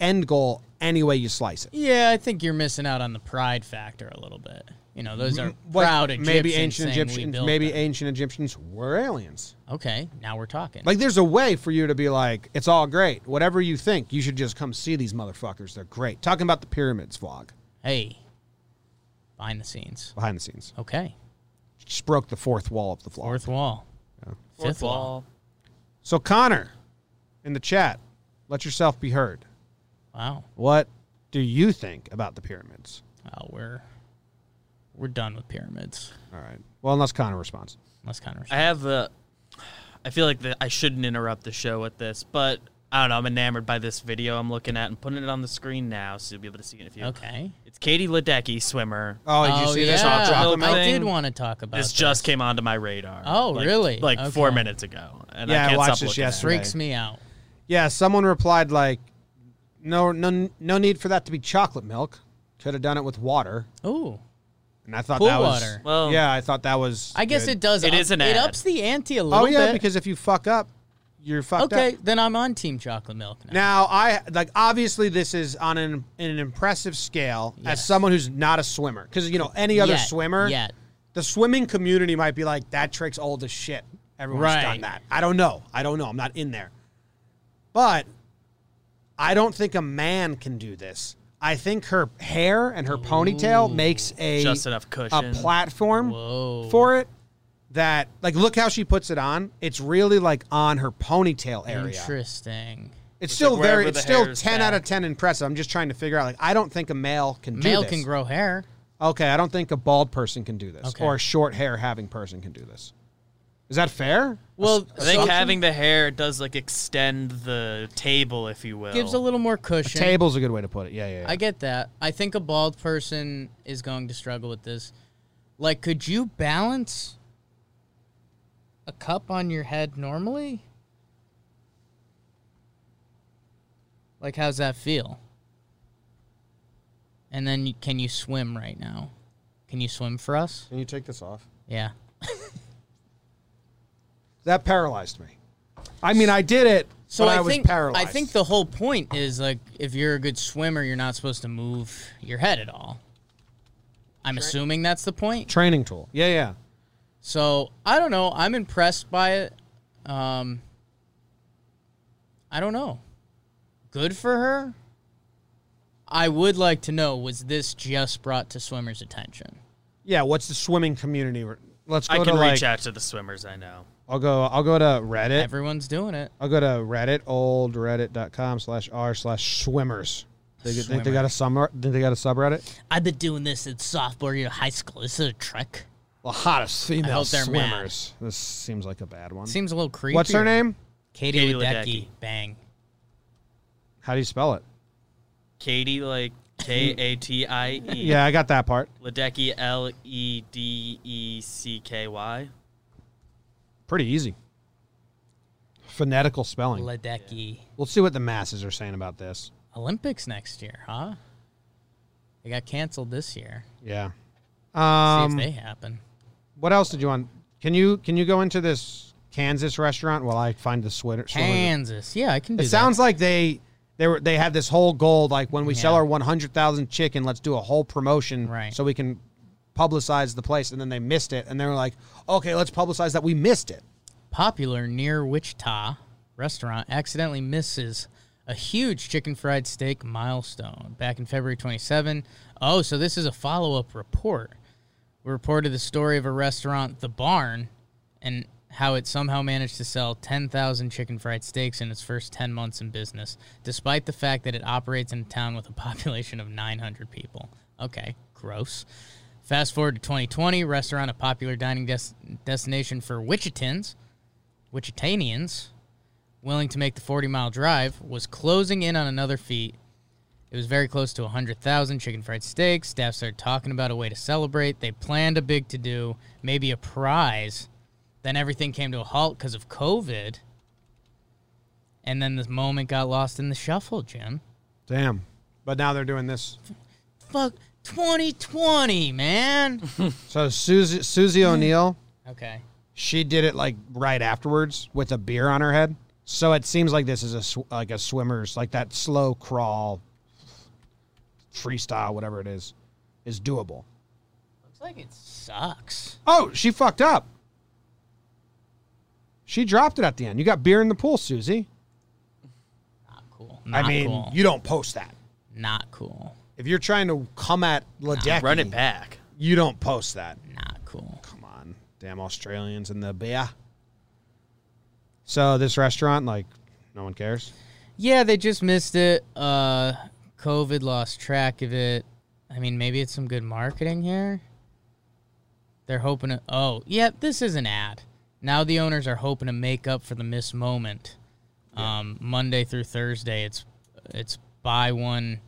S1: end goal any way you slice it.
S2: Yeah, I think you're missing out on the pride factor a little bit. You know, those are
S1: What-
S2: proud Egyptians.
S1: maybe ancient
S2: saying we
S1: Egyptians,
S2: built
S1: maybe
S2: them.
S1: ancient Egyptians were aliens.
S2: okay, now we're talking.
S1: Like, there's a way for you to be like, it's all great. Whatever you think, you should just come see these motherfuckers. They're great. Talking about the pyramids vlog
S2: hey, behind the scenes.
S1: behind the scenes,
S2: Okay,
S1: just broke the fourth wall of the vlog.
S2: fourth wall,
S3: Fourth
S2: fifth wall.
S3: wall.
S1: So Connor, in the chat, let yourself be heard.
S2: Wow.
S1: What do you think about the pyramids?
S2: Wow, we're we're done with pyramids.
S1: All right. Well, unless Connor responds.
S2: Let's kind
S3: I
S2: of.
S3: have a. I feel like that I shouldn't interrupt the show with this, but I don't know. I'm enamored by this video I'm looking at and putting it on the screen now, so you'll be able to see it if you.
S2: Okay.
S3: It's Katie Ledecky, swimmer.
S1: Oh, did you
S2: Oh,
S1: see
S2: yeah.
S1: this? Hot chocolate milk?
S2: I
S3: thing?
S2: did want to talk about
S3: this
S2: that.
S3: just came onto my radar.
S2: Oh,
S3: like-
S2: really?
S3: Like four
S2: Okay.
S3: minutes ago, and
S1: Yeah, I
S3: I can't
S1: watched
S3: stop
S1: this
S3: looking at it.
S1: yesterday.
S2: freaks me out.
S1: Yeah, someone replied like, "No, no, no need for that to be chocolate milk. Could have done it with water."
S2: Ooh,
S1: And I thought
S2: Pool
S1: that was
S2: water.
S3: Well-
S1: yeah, I thought that was.
S2: I guess
S1: good.
S2: it does.
S3: It
S2: up-
S3: is an
S2: It
S3: ad.
S2: ups the ante a little
S1: Oh yeah,
S2: bit.
S1: because if you fuck up, you're fucked
S2: okay,
S1: up.
S2: then I'm on Team Chocolate Milk now.
S1: Now I like obviously this is on an in an impressive scale as
S2: Yes.
S1: someone who's not a swimmer because you know any other
S2: Yet,
S1: swimmer,
S2: yet.
S1: the swimming community might be like that trick's old as shit. Everyone's done
S2: Right.
S1: that. I don't know. I don't know. I'm not in there, but I don't think a man can do this. I think her hair and her ponytail makes a
S3: Just enough
S1: a
S3: cushion.
S1: platform for it that like look how she puts it on it's really like on her ponytail area
S2: Interesting.
S1: it's still
S3: like wherever
S1: very it's
S3: the
S1: still
S3: hair
S1: 10
S3: is
S1: out of
S3: back.
S1: 10 impressive i'm just trying to figure out like i don't think a male can do
S2: Male
S1: this.
S2: can grow hair.
S1: okay, I don't think a bald person can do this,
S2: Okay.
S1: or a short hair having person can do this. Is that fair?
S2: Well,
S3: I think
S2: something
S3: having the hair does like extend the table, if you will.
S2: gives a little more cushion.
S1: Table's a good way to put it. Yeah, yeah. yeah.
S2: I get that. I think a bald person is going to struggle with this. Like, could you balance a cup on your head normally? Like, how's that feel? And then, you- can you swim right now? Can you swim for us?
S1: can you take this off?
S2: Yeah.
S1: That paralyzed me. I mean, I did it,
S2: So
S1: but
S2: I,
S1: I, was
S2: think
S1: paralyzed.
S2: I think the whole point is like if you're a good swimmer, you're not supposed to move your head at all. I'm assuming that's the point.
S1: training tool. Yeah, yeah.
S2: So I don't know. I'm impressed by it. Um, I don't know. Good for her. I would like to know was this just brought to swimmers' attention?
S1: Yeah, what's the swimming community? re- Let's go
S3: I
S1: to
S3: can
S1: like,
S3: reach out to the swimmers I know.
S1: I'll go I'll go to Reddit.
S2: Everyone's doing it.
S1: I'll go to Reddit, old reddit.com slash r slash swimmers. They think they got a summer think they got a subreddit?
S2: I've been doing this in sophomore year of high school. This is a trick.
S1: The hottest female
S2: hope they're mad.
S1: swimmers. This seems like a bad one.
S2: Seems a little creepy.
S1: What's her name?
S2: Katie,
S3: Katie
S2: Ledecky.
S3: Ledecky.
S2: Bang.
S1: How do you spell it?
S3: Katie, like K A T I E.
S1: Yeah, I got that part.
S3: Ledecky, L E D E C K Y.
S1: Pretty easy. Phonetical spelling.
S2: Ledecky.
S1: We'll see what the masses are saying about this.
S2: Olympics next year, huh? They got canceled this year.
S1: Yeah.
S2: See
S1: Um,
S2: if they happen.
S1: what else did you want? Can you can you go into this Kansas restaurant while I find the sweater?
S2: Kansas. Yeah, I can do
S1: It
S2: that.
S1: sounds like they they were they had this whole goal like when we sell
S2: Yeah.
S1: our 100,000 chicken, let's do a whole promotion
S2: Right.
S1: so we can publicize the place and then they missed it and they were like, "Okay, let's publicize that we missed it."
S2: popular near Wichita restaurant accidentally misses a huge chicken fried steak milestone back in February 27. Oh, so this is a follow up report. We reported the story of a restaurant, The Barn, and how it somehow managed to sell 10,000 chicken fried steaks in its first 10 months in business, despite the fact that it operates in a town with a population of 900 people. Okay, gross. Fast forward to 2020, restaurant a popular dining des- destination for Wichitans, Wichitanians, willing to make the 40 mile drive, was closing in on another feat. It was very close to 100,000 chicken fried steaks. Staff started talking about a way to celebrate. They planned a big to do, maybe a prize. Then everything came to a halt because of COVID. And then this moment got lost in the shuffle, Jim.
S1: Damn. But now they're doing this.
S2: Fuck 2020, man.
S1: So Susie Susie O'Neill,
S2: okay.
S1: she did it like right afterwards with a beer on her head. So it seems like this is a sw- like a swimmer's like that slow crawl freestyle whatever it is is doable.
S2: Looks like it sucks.
S1: Oh, she fucked up. She dropped it at the end. You got beer in the pool, Susie.
S2: Not cool. Not
S1: I mean,
S2: cool.
S1: you don't post that.
S2: not cool.
S1: If you're trying to come at Ledecky,
S3: Run it back.
S1: you don't post that.
S2: Not cool.
S1: Come on, damn Australians in the beer. So this restaurant, like, no one cares.
S2: Yeah, they just missed it. Uh, COVID lost track of it. I mean, maybe it's some good marketing here. They're hoping to. Oh, yeah, this is an ad. Now the owners are hoping to make up for the missed moment. Um, Monday through Thursday, it's it's buy one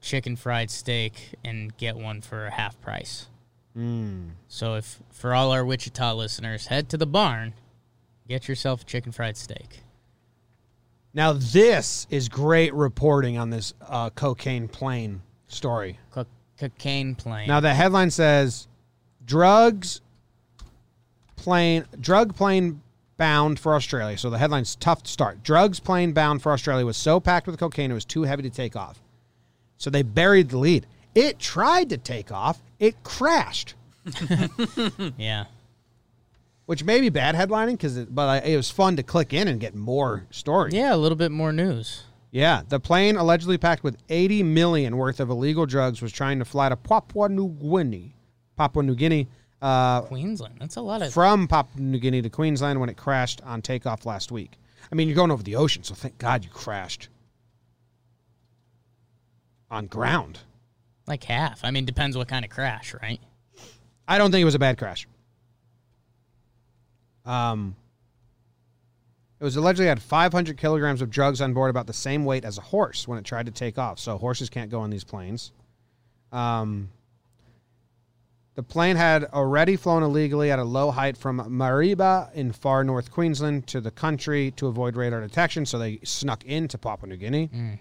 S2: chicken fried steak and get one for a half price. So if for all our Wichita listeners, head to the barn, get yourself a chicken fried steak.
S1: Now this is great reporting on this uh, cocaine plane story.
S2: Co- cocaine plane.
S1: Now the headline says, "Drugs plane drug plane bound for Australia." So the headline's tough to start. Drugs plane bound for Australia was so packed with cocaine it was too heavy to take off. So they buried the lead. It tried to take off. It crashed,
S2: yeah.
S1: which may be bad headlining because, it, but I, it was fun to click in and get more stories.
S2: Yeah, a little bit more news.
S1: Yeah, the plane allegedly packed with 80 million worth of illegal drugs was trying to fly to Papua New Guinea, Papua New Guinea, uh,
S2: Queensland. That's a lot of
S1: from Papua New Guinea to Queensland when it crashed on takeoff last week. I mean, you're going over the ocean, so thank God you crashed on ground.
S2: Like half. I mean, depends what kind of crash, right?
S1: I don't think it was a bad crash. Um, it was allegedly had 500 kilograms of drugs on board, about the same weight as a horse when it tried to take off. So horses can't go on these planes. Um, the plane had already flown illegally at a low height from Mariba in far north Queensland to the country to avoid radar detection. So they snuck into Papua New Guinea.
S3: Mm.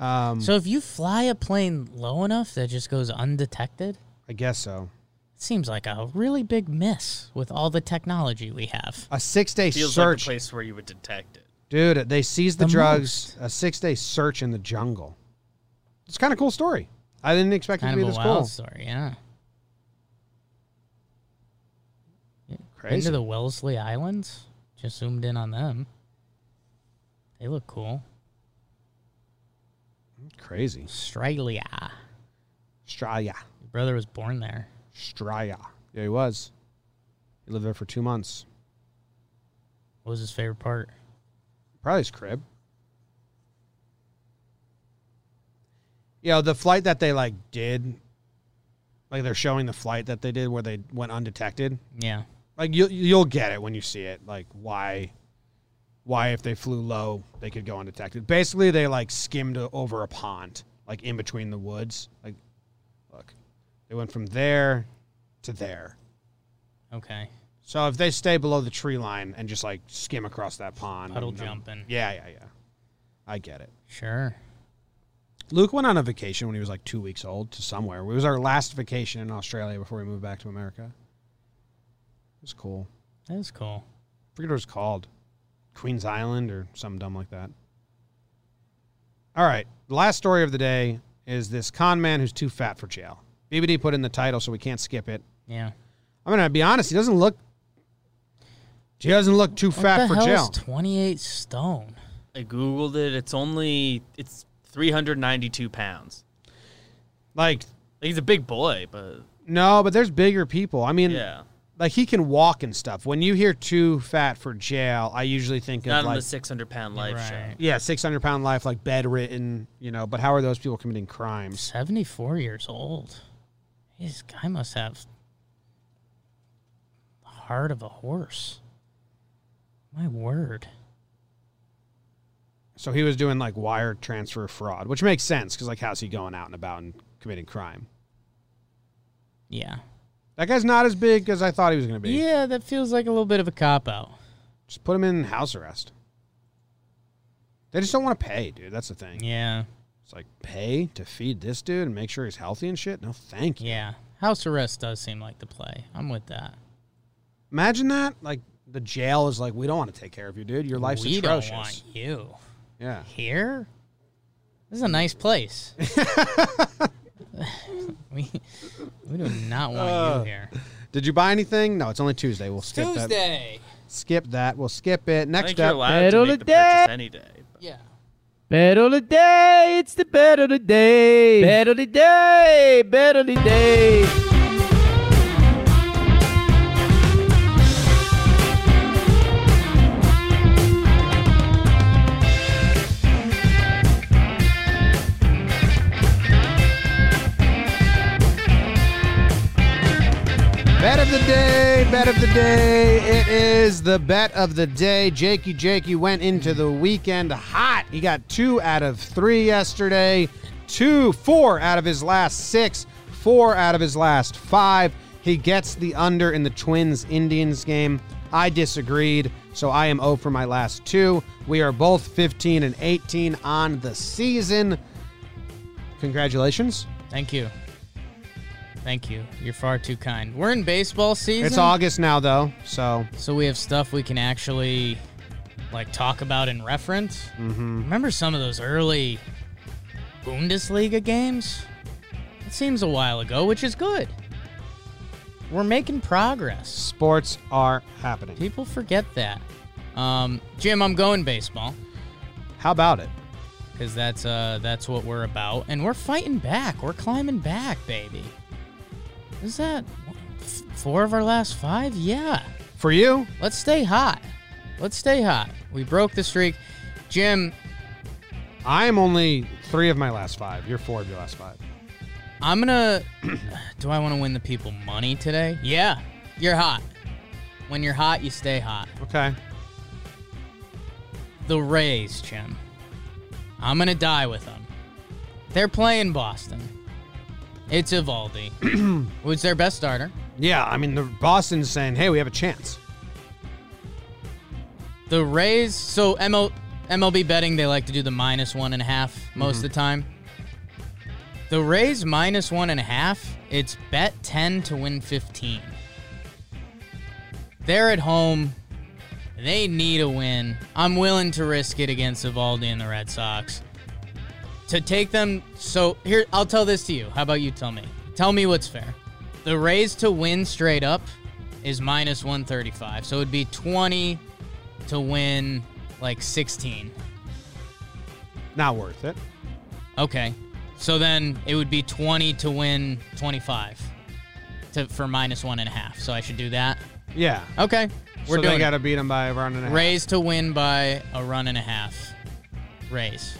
S1: Mm.
S2: So if you fly a plane low enough that just goes undetected,
S1: I guess so.
S2: it seems like a really big miss with all the technology we have.
S1: A six-day
S3: Feels like a
S1: search,
S3: place where you would detect it.
S1: dude. They seized the,
S2: The
S1: drugs. A six-day search in the jungle. It's kind of cool story. I didn't expect it
S2: Kind
S1: to be
S2: of a
S1: this
S2: wild
S1: cool.
S2: story, yeah.
S1: Crazy.
S2: Into the Wellesley Islands. Just zoomed in on them. They look cool.
S1: Crazy.
S2: Australia.
S1: Straya.
S2: Your brother was born there.
S1: Straya. Yeah, he was. He lived there for two months.
S2: What was his favorite part?
S1: Probably his crib. You know, the flight that they like did, like they're showing the flight that they did where they went undetected.
S2: Yeah.
S1: Like you, you'll get it when you see it. Like why, why if they flew low they could go undetected. Basically, they like skimmed o- over a pond, like in between the woods. Like, look, they went from there to there.
S2: Okay.
S1: So if they stay below the tree line and just like skim across that pond,
S2: Puddle
S1: and, um,
S2: jumping.
S1: Yeah, yeah, yeah. I get it.
S2: Sure.
S1: Luke went on a vacation when he was like two weeks old to somewhere. It was our last vacation in Australia before we moved back to America. It was cool.
S2: That is cool.
S1: I forget what it was called. Queens Island or something dumb like that. All right. The last story of the day is this con man who's too fat for jail. BBD put in the title, so we can't skip it.
S2: Yeah.
S1: I'm going to be honest. He doesn't look. He doesn't look too
S2: what
S1: fat
S2: the
S1: for
S2: hell
S1: jail.
S2: is 28 stone?
S3: I googled it. It's only it's 392 pounds.
S1: like
S3: Like, he's a big boy, but
S1: No, but there's bigger people. I mean,
S3: yeah,
S1: like he can walk and stuff. When you hear too fat for jail, I usually think
S3: not
S1: of
S3: on the
S1: like
S3: 600 pound life
S2: Right.
S3: show.
S1: yeah, six hundred pound life, like bedridden, you know. But how are those people committing crimes?
S2: 74 years old. This guy must have the heart of a horse. My word.
S1: So he was doing like wire transfer fraud, which makes sense because like how's he going out and about and committing crime?
S2: Yeah.
S1: That guy's not as big as I thought he was going to be.
S2: Yeah, that feels like a little bit of a cop out.
S1: Just put him in house arrest. They just don't want to pay, dude. That's the thing.
S2: Yeah.
S1: It's like pay to feed this dude and make sure he's healthy and shit. No, thank you.
S2: Yeah. House arrest does seem like the play. I'm with that.
S1: Imagine that. Like the jail is like, we don't want to take care of you, dude. Your life's
S2: we
S1: atrocious.
S2: don't want you
S1: Yeah.
S2: here. This is a nice place. we we do not want you here.
S1: Did you buy anything? No, it's only Tuesday. We'll skip Oh. that.
S2: Tuesday.
S1: Skip that. We'll skip it.
S3: I think
S1: Next
S3: you're
S1: up,
S3: allowed to
S7: Middle
S3: make
S7: of
S3: the
S7: the
S3: purchase any day. but-
S2: Yeah.
S7: Battle of the day, it's the battle of the day. Battle of the day, battle of the day.
S1: bet of the day. Bet of the day. It is the bet of the day. Jakey Jakey went into the weekend hot. He got two out of three yesterday, two, four out of his last six, four out of his last five. He gets the under in the Twins Indians game. I disagreed, so I am 0 for my last two. We are both 15 and 18 on the season. Congratulations.
S2: Thank you. Thank you. You're far too kind. We're in baseball season.
S1: It's August now, though, so
S2: So we have stuff we can actually like talk about and reference. Mm-hmm. Remember some of those early Bundesliga games? It seems a while ago, which is good. We're making progress.
S1: sports are happening.
S2: People forget that. Um, Jim, I'm going baseball
S1: How about it?
S2: because that's uh, that's what we're about, and we're fighting back. We're climbing back, baby. Is that f- four of our last five? Yeah.
S1: For you,
S2: Let's stay hot. Let's stay hot. We broke the streak. Jim,
S1: I am only three of my last five. You're four of your last five.
S2: I'm gonna. do I want to win the people money today? Yeah, you're hot. When you're hot, you stay hot.
S1: Okay.
S2: The Rays, Jim. I'm gonna die with them. They're playing Boston. It's Ivaldi, who's their best starter.
S1: Yeah, I mean, the Boston's saying, hey, we have a chance.
S2: The Rays. So ML, MLB betting, they like to do the minus one and a half most of the time. The Rays minus one and a half. It's bet ten to win fifteen. They're at home. They need a win. I'm willing to risk it against Evaldi and the Red Sox. To take them, so here, I'll tell this to you. How about you tell me? Tell me what's fair. The Rays to win straight up is minus 135. So it'd be 20 to win like 16.
S1: Not worth it.
S2: Okay. So then it would be 20 to win 25 to, for minus one and a half. So I should do that.
S1: Yeah.
S2: Okay. Uh, We're
S1: so
S2: doing
S1: they
S2: it.
S1: got to beat them by a round and a half.
S2: Rays to win by a run and a half. Rays.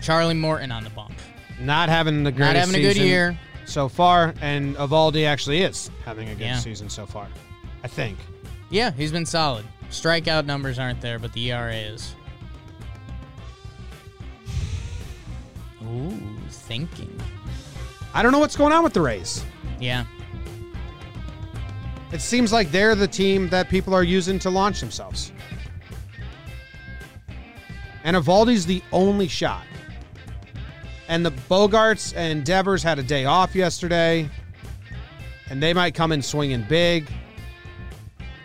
S2: Charlie Morton on the bump.
S1: Not having the greatest
S2: Not having a good
S1: season
S2: year.
S1: so far, and Evaldi actually is having a good
S2: Yeah.
S1: season so far. I think.
S2: Yeah, he's been solid. Strikeout numbers aren't there, but the ERA is. Ooh, thinking.
S1: I don't know what's going on with the Rays.
S2: Yeah.
S1: It seems like they're the team that people are using to launch themselves. And Evaldi's the only shot. And the Bogarts and Devers had a day off yesterday. And they might come in swinging big.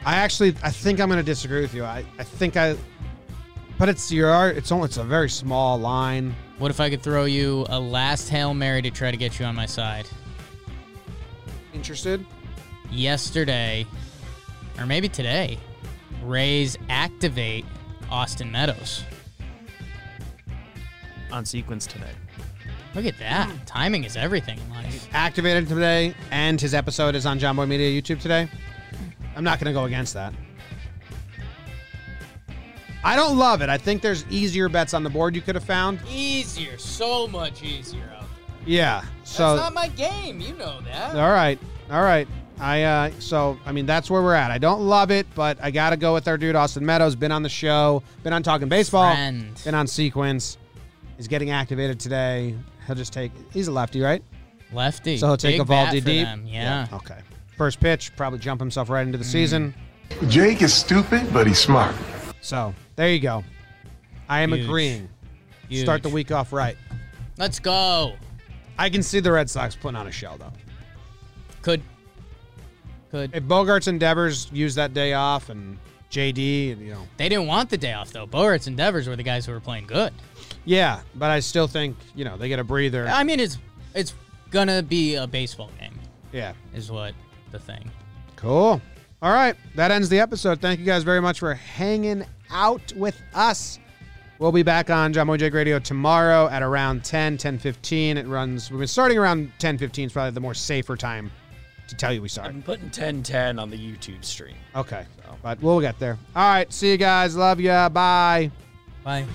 S1: I actually, I think I'm going to disagree with you. I, I think I, but it's your, it's only, it's a very small line.
S2: What if I could throw you a last Hail Mary to try to get you on my side?
S1: Interested?
S2: Yesterday, or maybe today, Rays activate Austin Meadows.
S3: on sequence today.
S2: Look at that. Timing is everything in life.
S1: Activated today, and his episode is on John Boy Media YouTube today. I'm not going to go against that. I don't love it. I think there's easier bets on the board you could have found.
S2: Easier, so much easier out there.
S1: Yeah. So
S2: That's not my game. You know that.
S1: all right, all right. I uh, so I mean that's where we're at. I don't love it, but I got to go with our dude Austin Meadows. Been on the show, been on talking baseball,
S2: Friend.
S1: been on sequence. He's getting activated today. He'll just take. He's a lefty, right?
S2: Lefty.
S1: So he'll take
S2: Big
S1: a
S2: bat
S1: Valdi
S2: for
S1: deep.
S2: them, Yeah.
S1: Okay. First pitch, probably jump himself right
S2: Mm.
S1: into the season.
S8: Jake is stupid, but he's smart.
S1: So there you go. I am
S2: Huge.
S1: agreeing.
S2: Huge.
S1: Start the week off right.
S2: Let's go.
S1: I can see the Red Sox putting on a show though.
S2: Could. Could.
S1: If Bogarts and Devers use that day off and JD and you know
S2: They didn't want the day off, though. Bogarts and Devers were the guys who were playing good.
S1: Yeah, but I still think, you know, they get a breather.
S2: I mean, it's it's going to be a baseball game,
S1: yeah.
S2: is what the thing.
S1: Cool. All right. That ends the episode. Thank you guys very much for hanging out with us. We'll be back on John Boy Jake Radio tomorrow at around 10, 10 It runs, we've been starting around ten fifteen. is probably the more safer time to tell you we start.
S3: I'm putting 1010 on the YouTube stream.
S1: Okay. But we'll get there. All right. See you guys. Love ya. Bye.
S2: Bye.